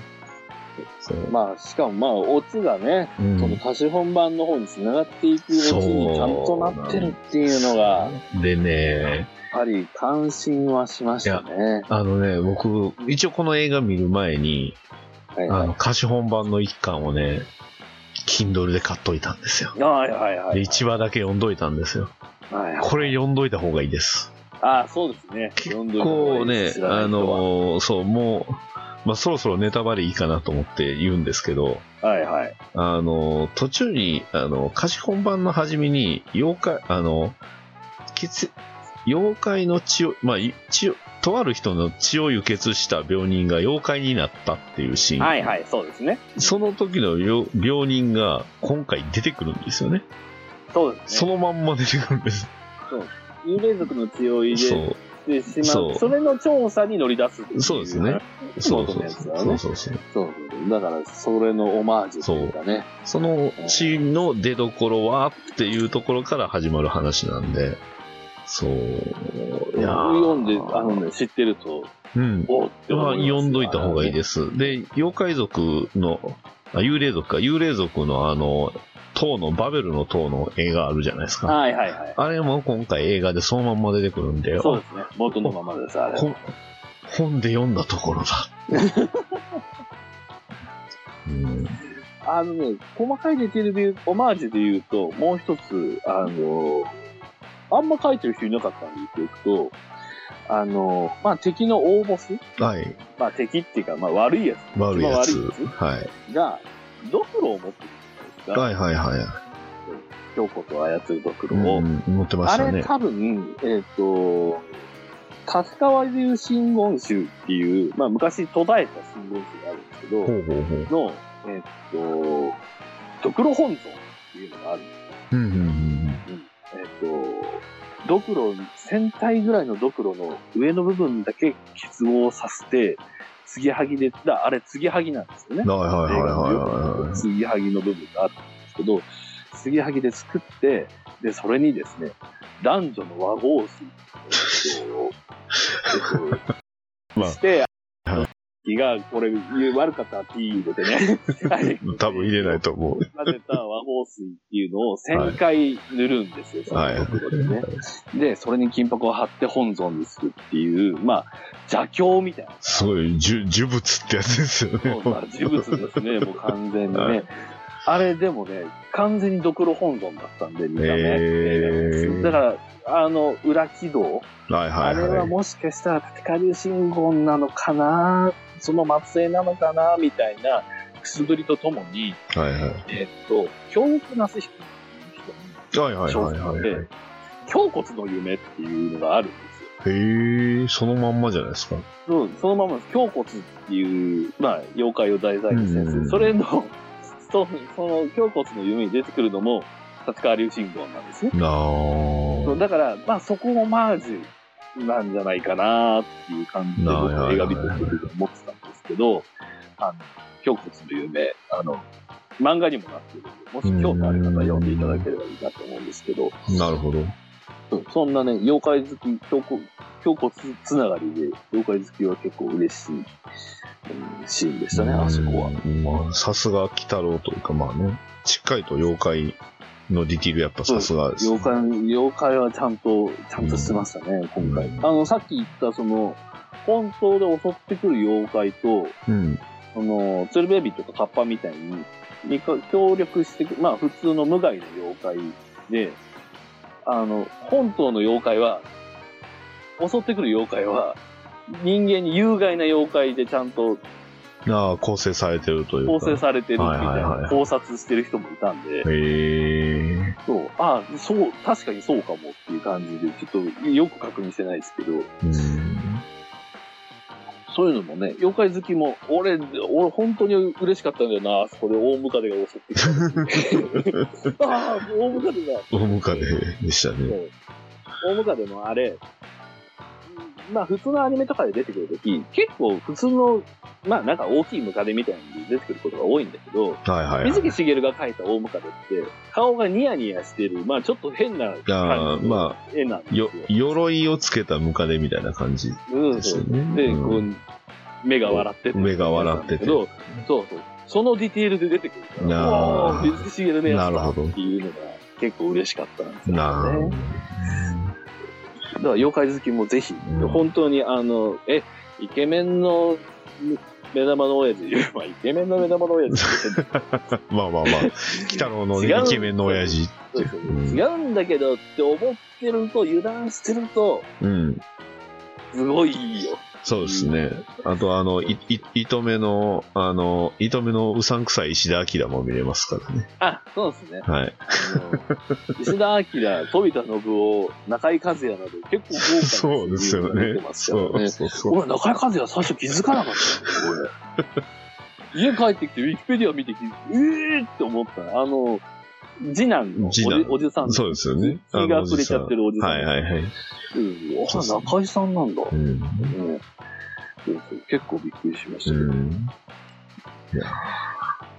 そう。
まあ、しかも、まあ、オチがね、
うん
その歌詞本番の方に繋がっていくオチにちゃんとなってるっていうのが、やっ
でね、
ぱり感心はしましたね。
あのね、僕、一応この映画見る前に、
はいは
あ
い
の、貸本版の一巻をね、Kindle で買っといたんですよ。
はいはいは
で、
い。
1話だけ読んどいたんですよ。
はいはい
これ読んどいた方がいいです。
ああ、そうですね。
結
読んどいた方がい
構
いで
ね
す、
あ、のー、そう、もう、まあ、そろそろネタバレいいかなと思って言うんですけど、
知らない人ははいはい。
あのー、途中に、あの、貸本版の初めに、妖怪、あの、血妖怪の血を、まあ、い血を、とある人の血を輸血した病人が妖怪になったっていうシーン。
はいはい、そうですね。
その時の病病人が今回出てくるんですよね。
そうです
そ
ね。
のまんま出てくるんです。
幽霊族の強いで
そ
ってし
そ
ま
う。
う。それの調査に乗り出すっていう
そうですね。。そうそうそう。そうそうそう。
そうそう。だから、それのオマージュというかね。
その地の出どころはっていうところから始まる話なんで。そう。いやー
読んで、あのね、知ってると、
うん。
おーって
まあ、
思いますよ
読んどいた方がいいです。で、妖怪族の、あ、幽霊族か、幽霊族のあの、塔の、バベルの塔の映画あるじゃないですか。
はいはいはい。
あれも今回映画でそのまんま出てくるんで、
そうですね。元のままです、あれ。
本本で読んだところ だ。うん、
あのね、細かいディテールで言う、オマージュで言うと、もう一つ、あのーあんま書いてる人いなかったんで言っていくと、あの、まあ、敵の大ボス、
はい。
まあ、敵っていうか、まあ、悪いやつ
悪いやつ。
悪いや
はい。
が、ドクロを持ってるじゃない
はいはいはいは
ですか。強固と操るドク
い。
ロ
う
を。
ん、持ってまし
あ
た
れ
ね。
多分、えっ、と、立川流真言宗っていう、まあ、昔途絶えた真言宗があるんですけど、
ほうほうほう。
の、えっと、ドクロ本尊っていうのがあるんです
うんうんうん
えっと、ドクロ、1000体ぐらいのドクロの上の部分だけ結合させて、継ぎはぎで、だあれ継ぎはぎなんですよね
うん。。はいはいはいはいはいはい。
継ぎはぎの部分があったんですけど、継ぎはぎで作って、で、それにですね、男女の和合水を、えっと
まあ
して、
は
気が、これ、悪かったらピー入れ てねはい。
多分入れないと思う。
混ぜた和合水っていうのを1000回塗るんですよ、
はい
そのところでね。で、それに金箔を貼って本尊にするっていう、まあ、邪教みたいな。
すごい、呪呪物ってやつですよね。
まあ、呪物ですね、もう完全にね。
は
あれ、でもね、完全にドクロ本尊だったんで、見た目。
へー
だから、あの、裏軌道、
はいは
あ
い
れは
はい。
もしかしたら立川流信号なのかなその末裔なのかなみたいな、くすぶりとともに、
はいはい。
えっと、京極夏彦
はいはいはいはいはい。
胸骨の夢っていうのがあるんですよ。
へえ、そのまんまじゃないですか。
そうそのままです、胸骨っていう、まあ、妖怪を題材にしてるんですけ
うん
ど、それの、そその胸骨の夢に出てくるのも、立川流信号なんですね。
なあ。
そうだから、まあ、そこもマージュなんじゃないかなっていう感じで、
なるほ
僕
ど
は映画見てる時に思ってたんですけど、あの、胸骨の夢、あの、漫画にもなってるんで、もし興味ある方は読んでいただければいいなと思うんですけど、
なるほど。
そうそんなね、妖怪好き、胸骨、胸骨つながりで、妖怪好きは結構嬉しい、うんシーンでしたね、あそこは。
は。まあ、さすが鬼太郎というか、まあね、しっかりと妖怪のディティールやっぱさすがです、ね。
妖怪、妖怪はちゃんと、ちゃんとしてましたね、今回。
うん
あの、さっき言った、その、本当で襲ってくる妖怪と、
うん。
その、ツルベビとかカッパみたいに、にか協力してく、まあ普通の無害の妖怪で、あの、本当の妖怪は、襲ってくる妖怪は、人間に有害な妖怪でちゃんと
ああ、構成されてるというか。
構成されてるみたい
はいはいは
ない考察してる人もいたんで、
へえ。
そう、ああ、そう、確かにそうかもっていう感じで、ちょっとよく確認してないですけど、
うん。
そういうのもね、妖怪好きも、俺、俺本当に嬉しかったんだよな、あそこで大ムカデが襲ってきた。 ああ、大ムカデが、
大ムカデでしたね。
大ムカデもあれ、まあ普通のアニメとかで出てくるとき、結構普通の、まあなんか大きいムカデみたいに出てくることが多いんだけ
は
ど、
いはい、はい。
水木しげるが描いた大ムカデって、顔がニヤニヤしてる、まあちょっと変な
あ
感
ー
じの
ま
絵なんですよ
よ。、鎧をつけたムカデみたいな感じ
うん、
です
そ
よ
う
ね。
で、
うん
こう、目が笑ってて。
目が笑ってて
けど、そうそう。そのディテールで出てくるから、
あー
おー水木しげるね、や
な
っ
る
ぱ
ほど
っ。ていうのが結構嬉しかったんですよね。
なるほど。
だから妖怪好きもぜひ、
うん
本当にあの、え、イケメンの目玉の親父、 まあイケメンの目玉の親父って言ってんだけど
ま あまあまあ、鬼太郎のね
違う
イケメンの親父。
そうそう
うん
違うんだけどって思ってると、油断してると、
うん。
すごいいいよ。
そうですね。あと、あの、い、い、糸目の、あの、糸目のうさんくさい石田明も見れますからね。
あ、そうですね。
はい。
あの石田明、富田信夫、中井和也など結構豪華な
そうですよ
出
ね
て。ますか
そ
ら
うそうそう。
俺、中井和也最初気づかなかった んですよ、俺。家帰ってきて、ウィキペディア見てきて、えーって思ったのあの、次男のおじ
次男
おじさん。
そうですよね。
血が溢れちゃってるおじさん。
はいはいはい。
うんあ中井さんなんだ。
う
うん
ん。
そうそう結構びっくりしました
う
けど、
ん。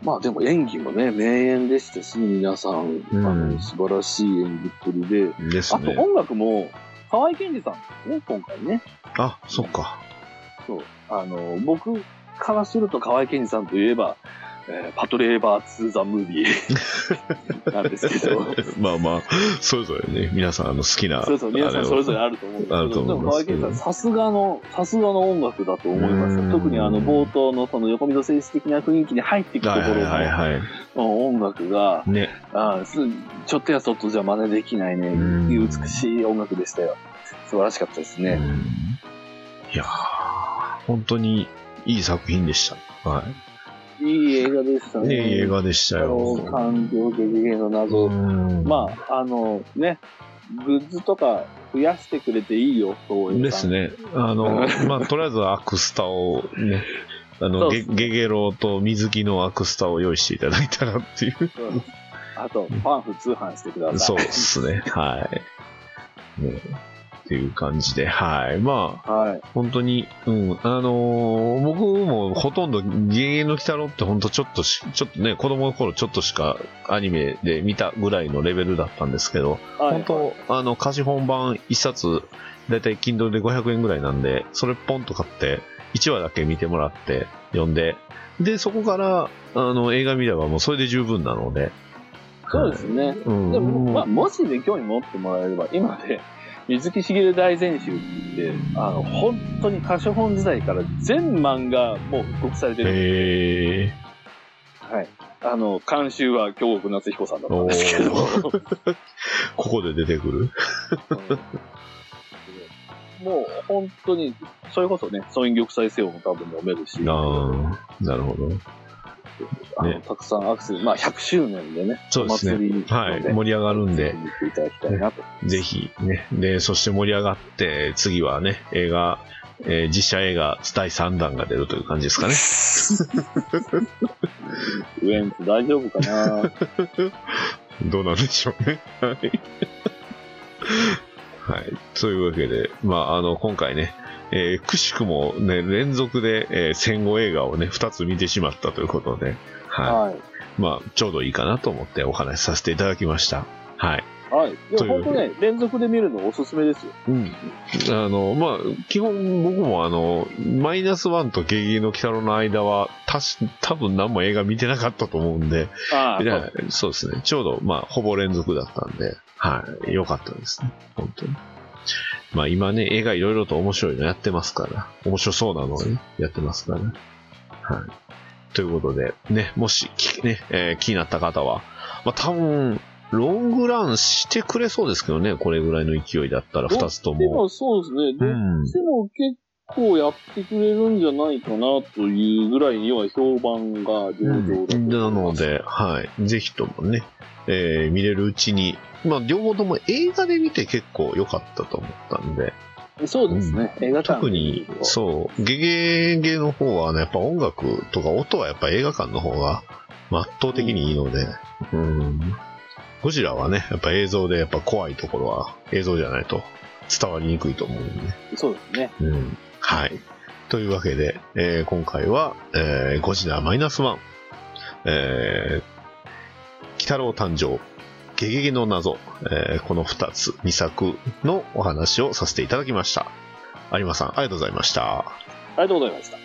まあでも演技もね、名演でしたし、皆さん、あ
うん
の素晴らしい演技っぷりで、
です
あと
ね。
音楽も、河合健二さんですね、今回ね。
あ、そっか。
そう。あの、僕からすると河合健二さんといえば、えーパトレーバー2ザムー ビーなんですけど、
まあまあ、それぞれね、皆さん、あの、好きな。
そうそう、皆さんそれぞれ
あ
あると思うんです
あ
け
ると
ど、で
思い
も
ま
河
す
合健二さん、さすがの、さすがの音楽だと思いまし
うん
た。特にあの、冒頭のその横溝選手的な雰囲気に入っていくと
れ
こ
は
ろ
いはい
の
はいは
うん音楽が、
い。ね。
あーすちょっとやそっとじゃ真似できないね、
うん
美しい音楽でしたよ。素晴らしかったですね。
うんいやー本当にいい作品でした。はい
い映画でした
い。
ね。
ね映画でした
あの
よ。
感情激変の謎
う。ん
まあ、あのね、グッズとか増やしてくれていいよ、そういう。
です。ね。あ の、まあ、とりあえずアクスタをね、あ
そ
の、
う
ゲ
です
ゲゲロウと水着のアクスタを用意していただいたらっていう。
うんあと、パンフ通販してください。
そうですね。はい。ねっていう感じで、はい。ま
はい
あ、。本当に、うん。あのー僕もほとんど、ゲゲの鬼太郎って本当ちょっとし、ちょっとね、子供の頃ちょっとしかアニメで見たぐらいのレベルだったんですけど、
はい、
本当、あの、貸本版一冊、だいたい Kindle で500円ぐらいなんで、それポンと買って、1話だけ見てもらって、読んで、で、そこから、あの、映画見ればもうそれで十分なので。
そうですね。
はい。うん。
でも、まあ、
あ、
もしね、興味持ってもらえれば、今で、 水木しげる大全集って、あの、本当に歌手本時代から全漫画もう復刻されてる。
え
はい。あの、監修は京極夏彦さんだったんですけど。
お ここで出てくる
うんもう本当に、それこそね、総員玉砕せよも多分読めるし、
ああ、なるほど。
あのたくさんアクセル、まあ100周年でね、
そうですね
お祭り
はい。
も
盛り上がるんで、
見ていただきたいなと。
ぜひね。 で、そして盛り上がって、次はね、映画、えー実写映画第3弾が出るという感じですかね。
ウエンツ大丈夫かな
どうなんでしょうね。はい。はい。というわけで、まあ、あの、今回ね、えーくしくもね、連続で、えー戦後映画をね、2つ見てしまったということで、は
はい。
い。まあ、ちょうどいいかなと思ってお話しさせていただきました。はい。
はい。で
という
も本当ね、連続で見るのおすすめですよ。
うん。あの、まあ、基本僕もあの、マイナスワンとゲゲゲの鬼太郎の間は、たし、多分何も映画見てなかったと思うんで、
ああ、
い
そ
や
う
そうですね。ちょうど、まあ、ほぼ連続だったんで、はい。良かったですね。本当に。まあ、今ね、映画いろいろと面白いのやってますから、面白そうなのをね、やってますから、はい。ということで、ね、もし、きね、えー気になった方は、まあ、多分、ロングランしてくれそうですけどね、これぐらいの勢いだったら、
ど
二つと
で
も。
もそうですね。
う
どっ
ん。
ちも結構やってくれるんじゃないかなというぐらいには評判が上々だと思います。
なので、はい。ぜひともね、えー見れるうちに、まあ、両方とも映画で見て結構良かったと思ったんで、
そうですね。映画館
特に、そう、ゲゲゲの方はね、やっぱ音楽とか音はやっぱ映画館の方がまあ圧倒的にいいので、うん。ゴジラはね、やっぱ映像でやっぱ怖いところは映像じゃないと伝わりにくいと思うんでね。
そうですね。
うん。はい。というわけで、えー今回は、えーゴジラマイナスワン、えー、鬼太郎誕生、ゲゲゲの謎、えーこの2つ、2作のお話をさせていただきました。有馬さん、ありがとうございました。
ありがとうございました。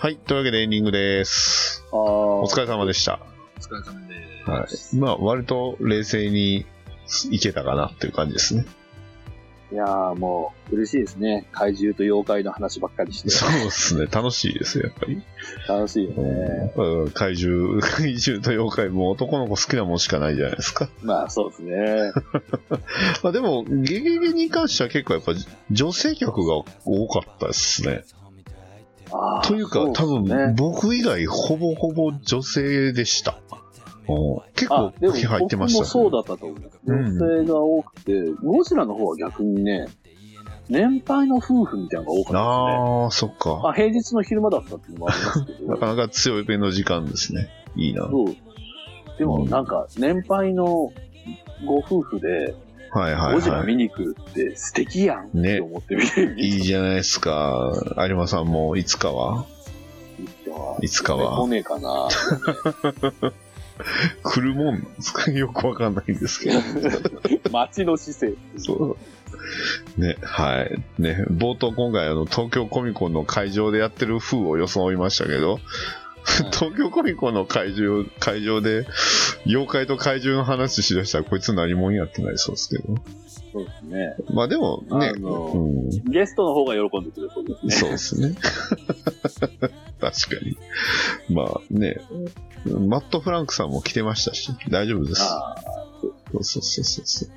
はい。というわけでエンディングです。
お
お疲れ様でした。
お疲れ様です。
はい。まあ、割と冷静にいけたかなっていう感じですね。
いやーもう、嬉しいですね。怪獣と妖怪の話ばっかりし て。
そうですね。楽しいですよ、やっぱり。
楽しいよね。
うん怪獣、 怪獣と妖怪も男の子好きなもんしかないじゃないですか。
まあ、そうですね。
まあでも、ゲゲゲに関しては結構やっぱ女性客が多かったですね。
あー
というか、
そ
多
ですね
分僕以外ほぼほぼ女性でした。うん結構
あ、でも
気入って
僕
ま
も
した、
そうだったと思う。
うん
女性が多くて、ゴジラの方は逆にね、年配の夫婦みたいなのが多かったですね。
ああ、そっ
ま
か。
あ、平日の昼間だったっていうのもありますけ
な
ど。
かなか強い目の時間ですね。いいな。は
そう。でもなんか、年配のご夫婦で、
いはい
ゴジラ
は
見に来るって素敵やんって思って見て
い。いい
み
じゃないですか。有馬さんもいつかは
ては。
いつか
来
は
ねえかな。
来るもんなんですか よくわかんないんですけど。
街の姿勢。
そう。ね、はい。ね、冒頭今回あの、東京コミコンの会場でやってる風を装いましたけど、東京コミコンの会場、会場で、妖怪と怪獣の話しだしたら、こいつ何もやってないそうですけど。
そうですね。
まあでもね
あ、の
うん、
ゲストの方が喜んでくれそうですね。
そうですね。 確かに。まあね、マット・フランクさんも来てましたし、大丈夫です。
あ
そうそうそうそうそう。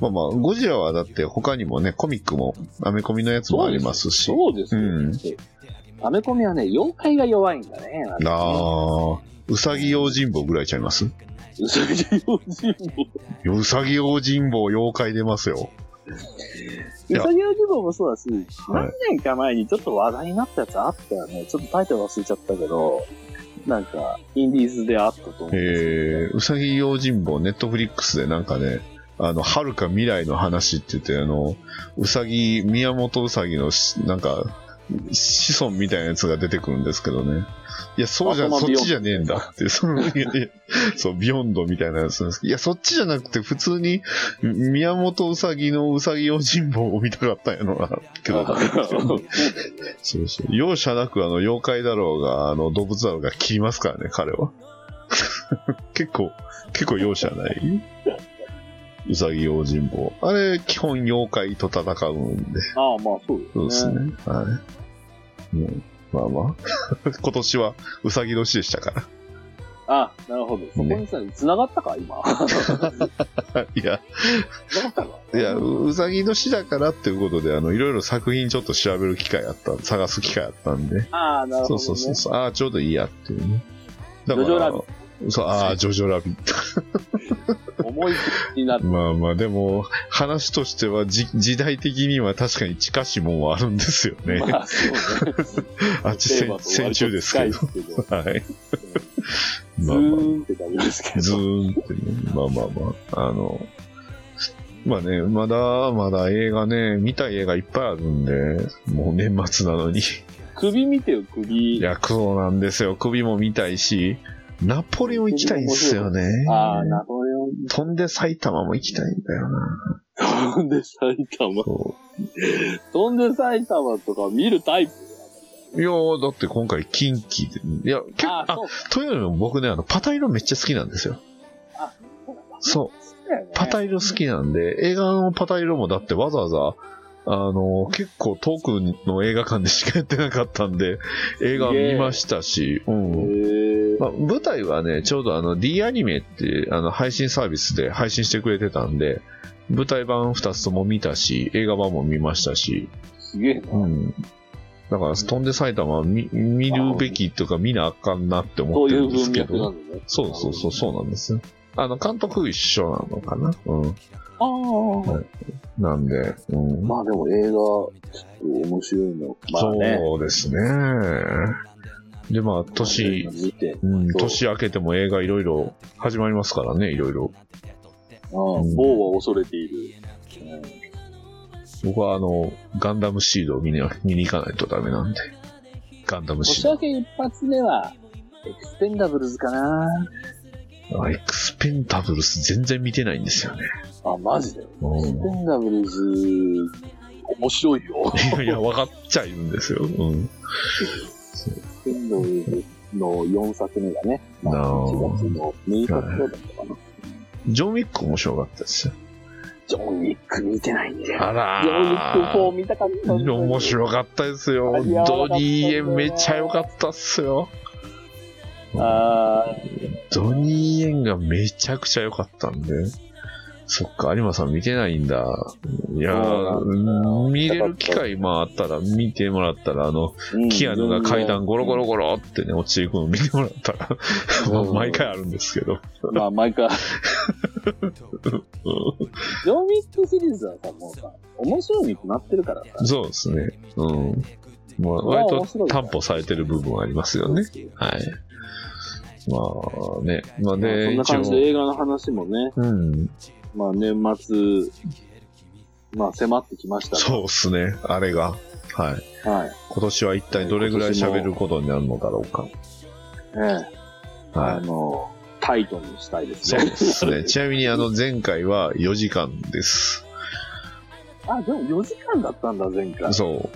まあまあ、ゴジラはだって他にもね、コミックも、アメコミのやつもありますし。
そうです
うん
ね。アメコミはね、妖怪が弱いんだね。あの
ああ、うさぎ用心棒ぐらいちゃいます
うさぎ用心
うさぎ用心棒妖怪出ますよ。い
棒。
や
うさぎ用心棒もそうだし、
はい
何年か前にちょっと話題になったやつあったよね。ちょっとタイトル忘れちゃったけど、なんか、インディーズであったと思うんですけど
えー、うさぎ用心棒、ネットフリックスでなんかね、あの、遥か未来の話って言って、あの、うさぎ、宮本うさぎのし、なんか、子孫みたいなやつが出てくるんですけどね。いや、そうじゃ、
まあ
そ
そ
っ
の
ちじゃねえんだって、その、いやいやそう、ビヨンドみたいなやつなんですけど、いや、そっちじゃなくて、普通に、み宮本うさぎのうさぎ用心棒を見たかったんやろな、けど、 そうそう。容赦なくあの妖怪だろうが、あの動物だろうが切りますからね、彼は。 結構、結構容赦ない。うさぎ用心棒。あれ、基本妖怪と戦うんで。
ああ、まあそうですね。
そうですね。はい。うんまあまあ。 今年はうさぎ年でしたか
あ、なるほど。そこにさ、繋がったか今。
ら。いや、
繋がったか
いや、ううさぎ年だからっていうことで、あの、いろいろ作品ちょっと調べる機会あった、探す機会あったんで。
ああ、なるほど、
そう
ね。
そうそうそう。ああ、ちょうどいいやっていうね。だから
ジョジョラビ
そう、あ あ、ジョジョラビット。
思い気になる。
まあまあ、でも、話としてはじ、時代的には確かに近しいもんはあるんですよね。
まあ、そうね。
あっち
テー
戦
マと
戦
割と
中ですけど。
近いですけど。
はい。
ズ
まあ ま
ーンって感じです
あ、
け
ず
ど。
ーんってね。まあまあまあ、あの、まあね、まだまだ映画ね、見たい映画いっぱいあるんで、もう年末なのに。
首見てよ、
い
首。
や、そうなんですよ。首も見たいし、ナポレオン行きたいんですよね。
ああ、ナポレオン。
飛んで埼玉も行きたいんだよな。
飛んで埼玉。
そ
飛んで埼玉とか見るタイプ
ういやーだって今回近畿で、いや、結
あ
構、
あ、
あ
そう
というのも僕ね、あの、パタイロめっちゃ好きなんですよ。
あ
そう。
だよね。
パタイロ好きなんで、映画のパタイロもだってわざわざ、あの、結構遠くの映画館でしかやってなかったんで、映画見ましたし、う
へ
ん。
ー
まあ、舞台はね、ちょうどあの D アニメってあの配信サービスで配信してくれてたんで、舞台版2つとも見たし、映画版も見ましたし、
すげえな。
うん。だから、飛んで埼玉は見見るべきとか見なあかんなって思
そ
っ
う
て
い
る
うん
です
文
け
脈な
ど。
んだね。
そうそうそう、そうなんですよ。あの、監督一緒なのかなうん。
ああ。
なんで、うん。
まあでも映画、ちょっと面白いの。まあね。
そうですね。で、まあ、年、
見て。
うん、
そう
年明けても映画いろいろ始まりますからね、いろいろ。
ああ、某は恐れている。うん
僕はあの、ガンダムシードを見に見に行かないとダメなんで。ガンダムシ
年
ー
明け一発目は、エクスペンダブルズかな
ド。あエクスペンタブルス全然見てないんですよね。
あ、マジで。エ
う
クス
ん
ペンダブルズ、面白いよ。
いやいや、分かっちゃいるんですよ。うん。
エクスペンダブルズの4作目がね、ま
なあ
あ、1月の6日頃だったかな。
ジョン・ウィック面白かったですよ。
ジョン・ウィック見てないんだよ。
あ
ジョン・ウィック4
ら
見たかったんだ
ー。
よ。
面白かったですよ。
ありゃー
ドニー・イエンめっちゃ良かったっすよ。
ああ、
ドニー・イエンがめちゃくちゃ良かったんで。そっか、有馬さん見てないんだ。いやー、
そう
うん見れる機会まああったら、見てもらったら、あの、
うん
キアヌが階段ゴロゴロ。ゴロってね、落ちていくのを見てもらったら、まあ 毎回あるんですけど。
まあ、毎回。
う
ジョン・ウィックシリーズはさ、もうさ、面白いになってるからさ。
んそうですね。うん。まあ、割と担保されてる部分はありますよね。はい。まあね。まあ
まあそ
ね、
んな
一
感じで
応。
映画の話もね、
うん。
まあ年末、まあ迫ってきました
そうですね。あれが。はい。
が。はい。
今年は一体どれぐらい喋ることになるのだろうか。
ええあ
はい。
の、タイトにしたいです
そう
ね。
です ね。ちなみに、あの、前回は4時間です。
あ、でも4時間だったんだ、前回。
そう。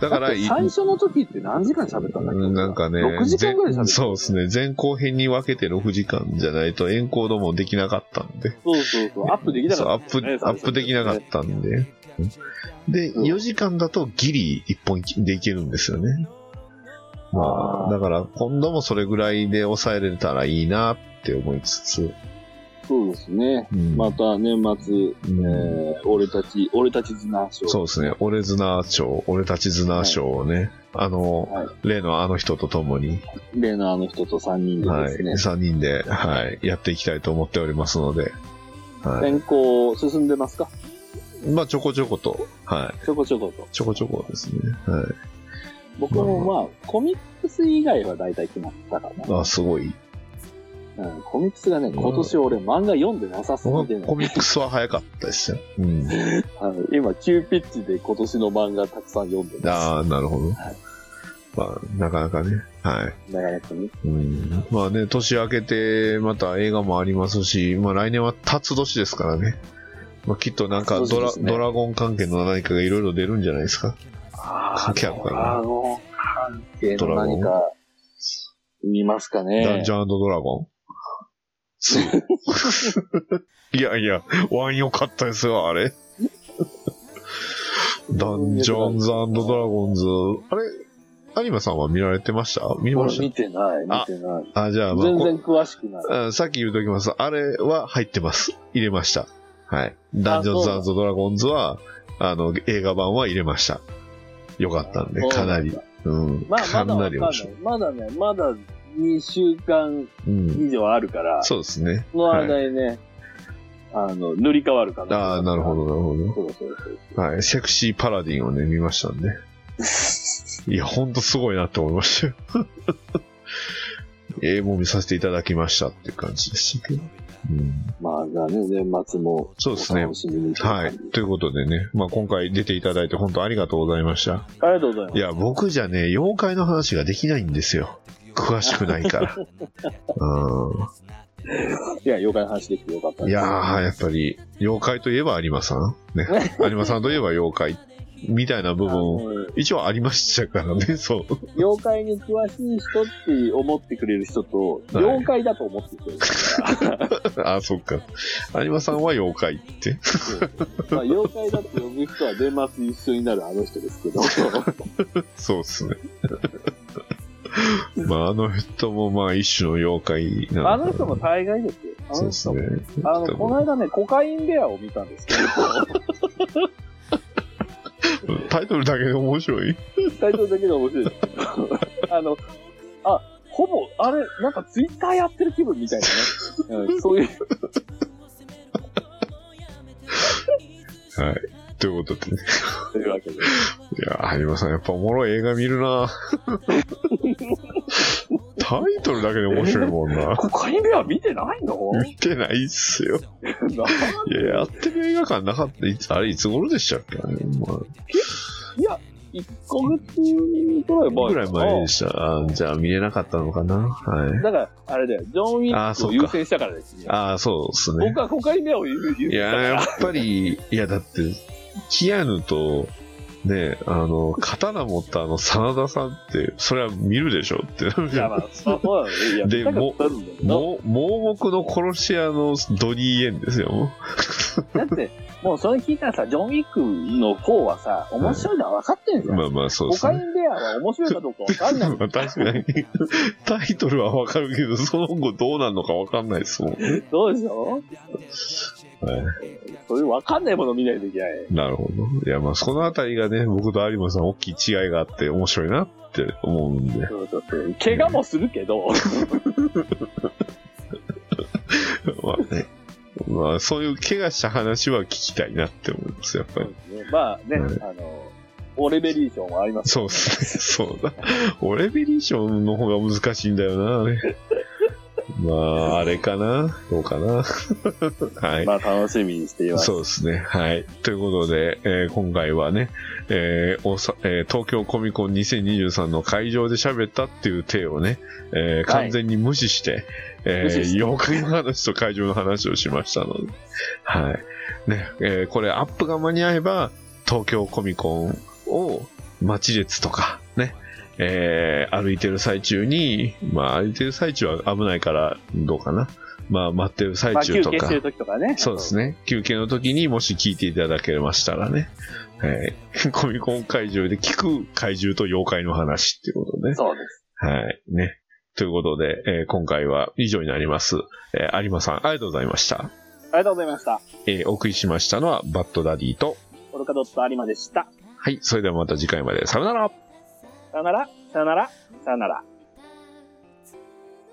だから、
だって
い
最初の時って何時間喋ったんだっけ
うんなんかね、
6時間ぐらい喋った
ぜそうですね、前後編に分けて6時間じゃないとエンコードもできなかったんで、
そうそうそう、アップできな
そう
か
ア
っ
ッ
た、ね。
プ、アップできなかったんで、で、
うん
4時間だとギリ1本でいけるんですよね。まあ、だから今度もそれぐらいで抑えれたらいいなって思いつつ、
そうですね。
うん
また年末、
うん
えー俺たち、俺たち綱賞。
そうですね、俺綱賞、俺たち綱賞をね、あの、
は
例のあの人と共に、
例のあの人と3人で
は
で
い、
すね、
3人で、はい、やっていきたいと思っておりますので、はい。
選考進んでますか
まあ、ちょこちょこと、はい。
ちょこちょこと。
ちょこちょこですね。は
僕もまあ、コミックス以外は大体決まったか
い。あ、すごい。
な。うん、コミックスがね、今年俺漫画読んでなさすぎ
コ
てね、
ミックスは早かったですよ。 うん。
あの今、急ピッチで今年の漫画たくさん読んでま
ああ、なるほど
はい。
まあ、なかなかね。は
す。なかなかね。
い。うん。まあね、年明けて、また映画もありますし、まあ来年は辰年ですからね。まあきっとなんか
辰
ド
年で
ラ、
すね
ドラゴン関係の何かがいろいろ出るんじゃないですか。
あ
キャラクターが
あの、関係の何か、見ますか
ダン
ね
ジ。ョンドラゴン。 いやいや、ワン良かったですよ、あれ。ダンジョンズドラゴンズ。あれ有馬さんは見られてました見ま
俺
し
見てない、見
あ
てない。
たあ、じゃあ、まあ
全然
こ
詳しくない。
あ、さっき言うときます。あれは入ってます。入れました。はい。ダンジョンズドラゴンズは、あの、映画版は入れました。よかったんで、かなり。うん。
まあ、ま
か
だ
な
わかん
り
な
面
い
白い。。
まだね、まだ2週間
うん。
以上あるから、そ
そうですね。
の間にね、あの、塗り替わるかな。
ああ、なるほど、なるほど。
そうそうそう。
はい、セクシーパラディンをね、見ましたんで。いや、ほんとすごいなって思いましたよ。 ええもう見させていただきましたっていう感じでしたけど。うん、
まあ、じゃあね、年末も、
そうですね
楽しみにとう
は
感
い
じ。
ということでね、まあ、今回出ていただいて本当ありがとうございました。
ありがとうございます。
いや、僕じゃね、妖怪の話ができないんですよ。詳しくないから。う
いや、妖怪の話できてよかった
ん、
で
い
す
やー、やっぱり、妖怪といえば有馬さん。ね。有馬さんといえば妖怪。みたいな部
あ
分、
の
一応ありましたからね、そう。
妖怪に詳しい人って思ってくれる人と、
はい
妖怪だと思ってくれる 人が、
あ、そっか。有馬さんは妖怪って。
まあ、妖怪だって呼ぶ人は年末一緒になるあの人です けど、
そうっす ね。まあ、あの人もまあ一種の妖怪な
あ
の
の
か
人
な
も大概ですよ。あの
そうっすね。
あの、この間ね、コカインベアを見たん ですけど、
タイトルだけで面白い。
タイトルだけで面白いですけど、あの、あ、ほぼ、あれ、なんかツイッターやってる気分みたいなね。うん、そういう、
ということでね。
というわけ で。
いや、有馬さんやっぱおもろい映画見る なタイトルだけで面白いもんな。
コカインベア見てな いの
見てないっすよ。いや、やってる映画館なかった。いつあれ、いつ頃でしたっけ、ま
いや、1ヶ月ぐらい
あ、ぐ
前。
らい前でした。あじゃあ見れなかったのかな。はい。
だから、あれだよ、ジョン・ウィ
あ
ッ
ー
ク
そ
を
うか
優先したからですね。
ああ、そうですね。
僕はコカインベアを優先し
いや、やっぱり、いや、だって、キアヌと、ね、あの、刀持ったあの、真田さんって、それは見るでしょってなる
い
じゃ
や、
ん
まあ、そうなのね。いや、
で
見たかったんだけど
もう盲目の殺し屋のドニー・エンですよ。も
だって、もうそれ聞いたらさ、ジョン・ウィックの方はさ、面白いのは分かってるんです
う
よ。
まあまあ、そうで
コ
す
カイ
ね。
ンベアは面白いかどうか分かんない。
まあ確かに、 タイトルはわかるけど、その後どうなるのかわかんないですもん。
どうでしょ
は
うそういう分かんないもの見ないといけない。
い、なるほど。いや、まあ、そのあたりがね、僕と有馬さん、大きい違いがあって、面白いなって思うんで。
そうそうそう怪我もするけど、
まあね。まあ、そういう怪我した話は聞きたいなって思います、やっぱり。
まあね、
はい
あの、オレベリーションはあります。
そうですね。そうだ。オレベリーションの方が難しいんだよな、あれ。まあ、あれかなどうかなはい。
まあ楽しみにしています。
そうですね。はい。ということで、えー今回はね、えーおさえー東京コミコン2023の会場で喋ったっていう体をね、えー完全に無視して、え
無視して
ー妖怪の話と会場の話をしましたので、はい。ね、えーこれアップが間に合えば、東京コミコンを、待ち列とか、ね、えー歩いてる最中に、まあ、歩いてる最中は危ないから、どうかな。まあ、待ってる最
まあ、
中
休
と
憩し
か
て、る時とかね。
そうですね。休憩の時にもし聞いていただけましたらね、はい。 コミコン怪獣で聞く怪獣と妖怪の話っていうことね。
そうです。
はい。ね。ということで、えー今回は以上になります。えー有馬さん、ありがとうございました。
ありがとうございました。
えーお送りしましたのは、バッドダディと、
ポルカドット有馬でした。
はい。それではまた次回まで。さよなら
さよなら、さよなら、さよなら。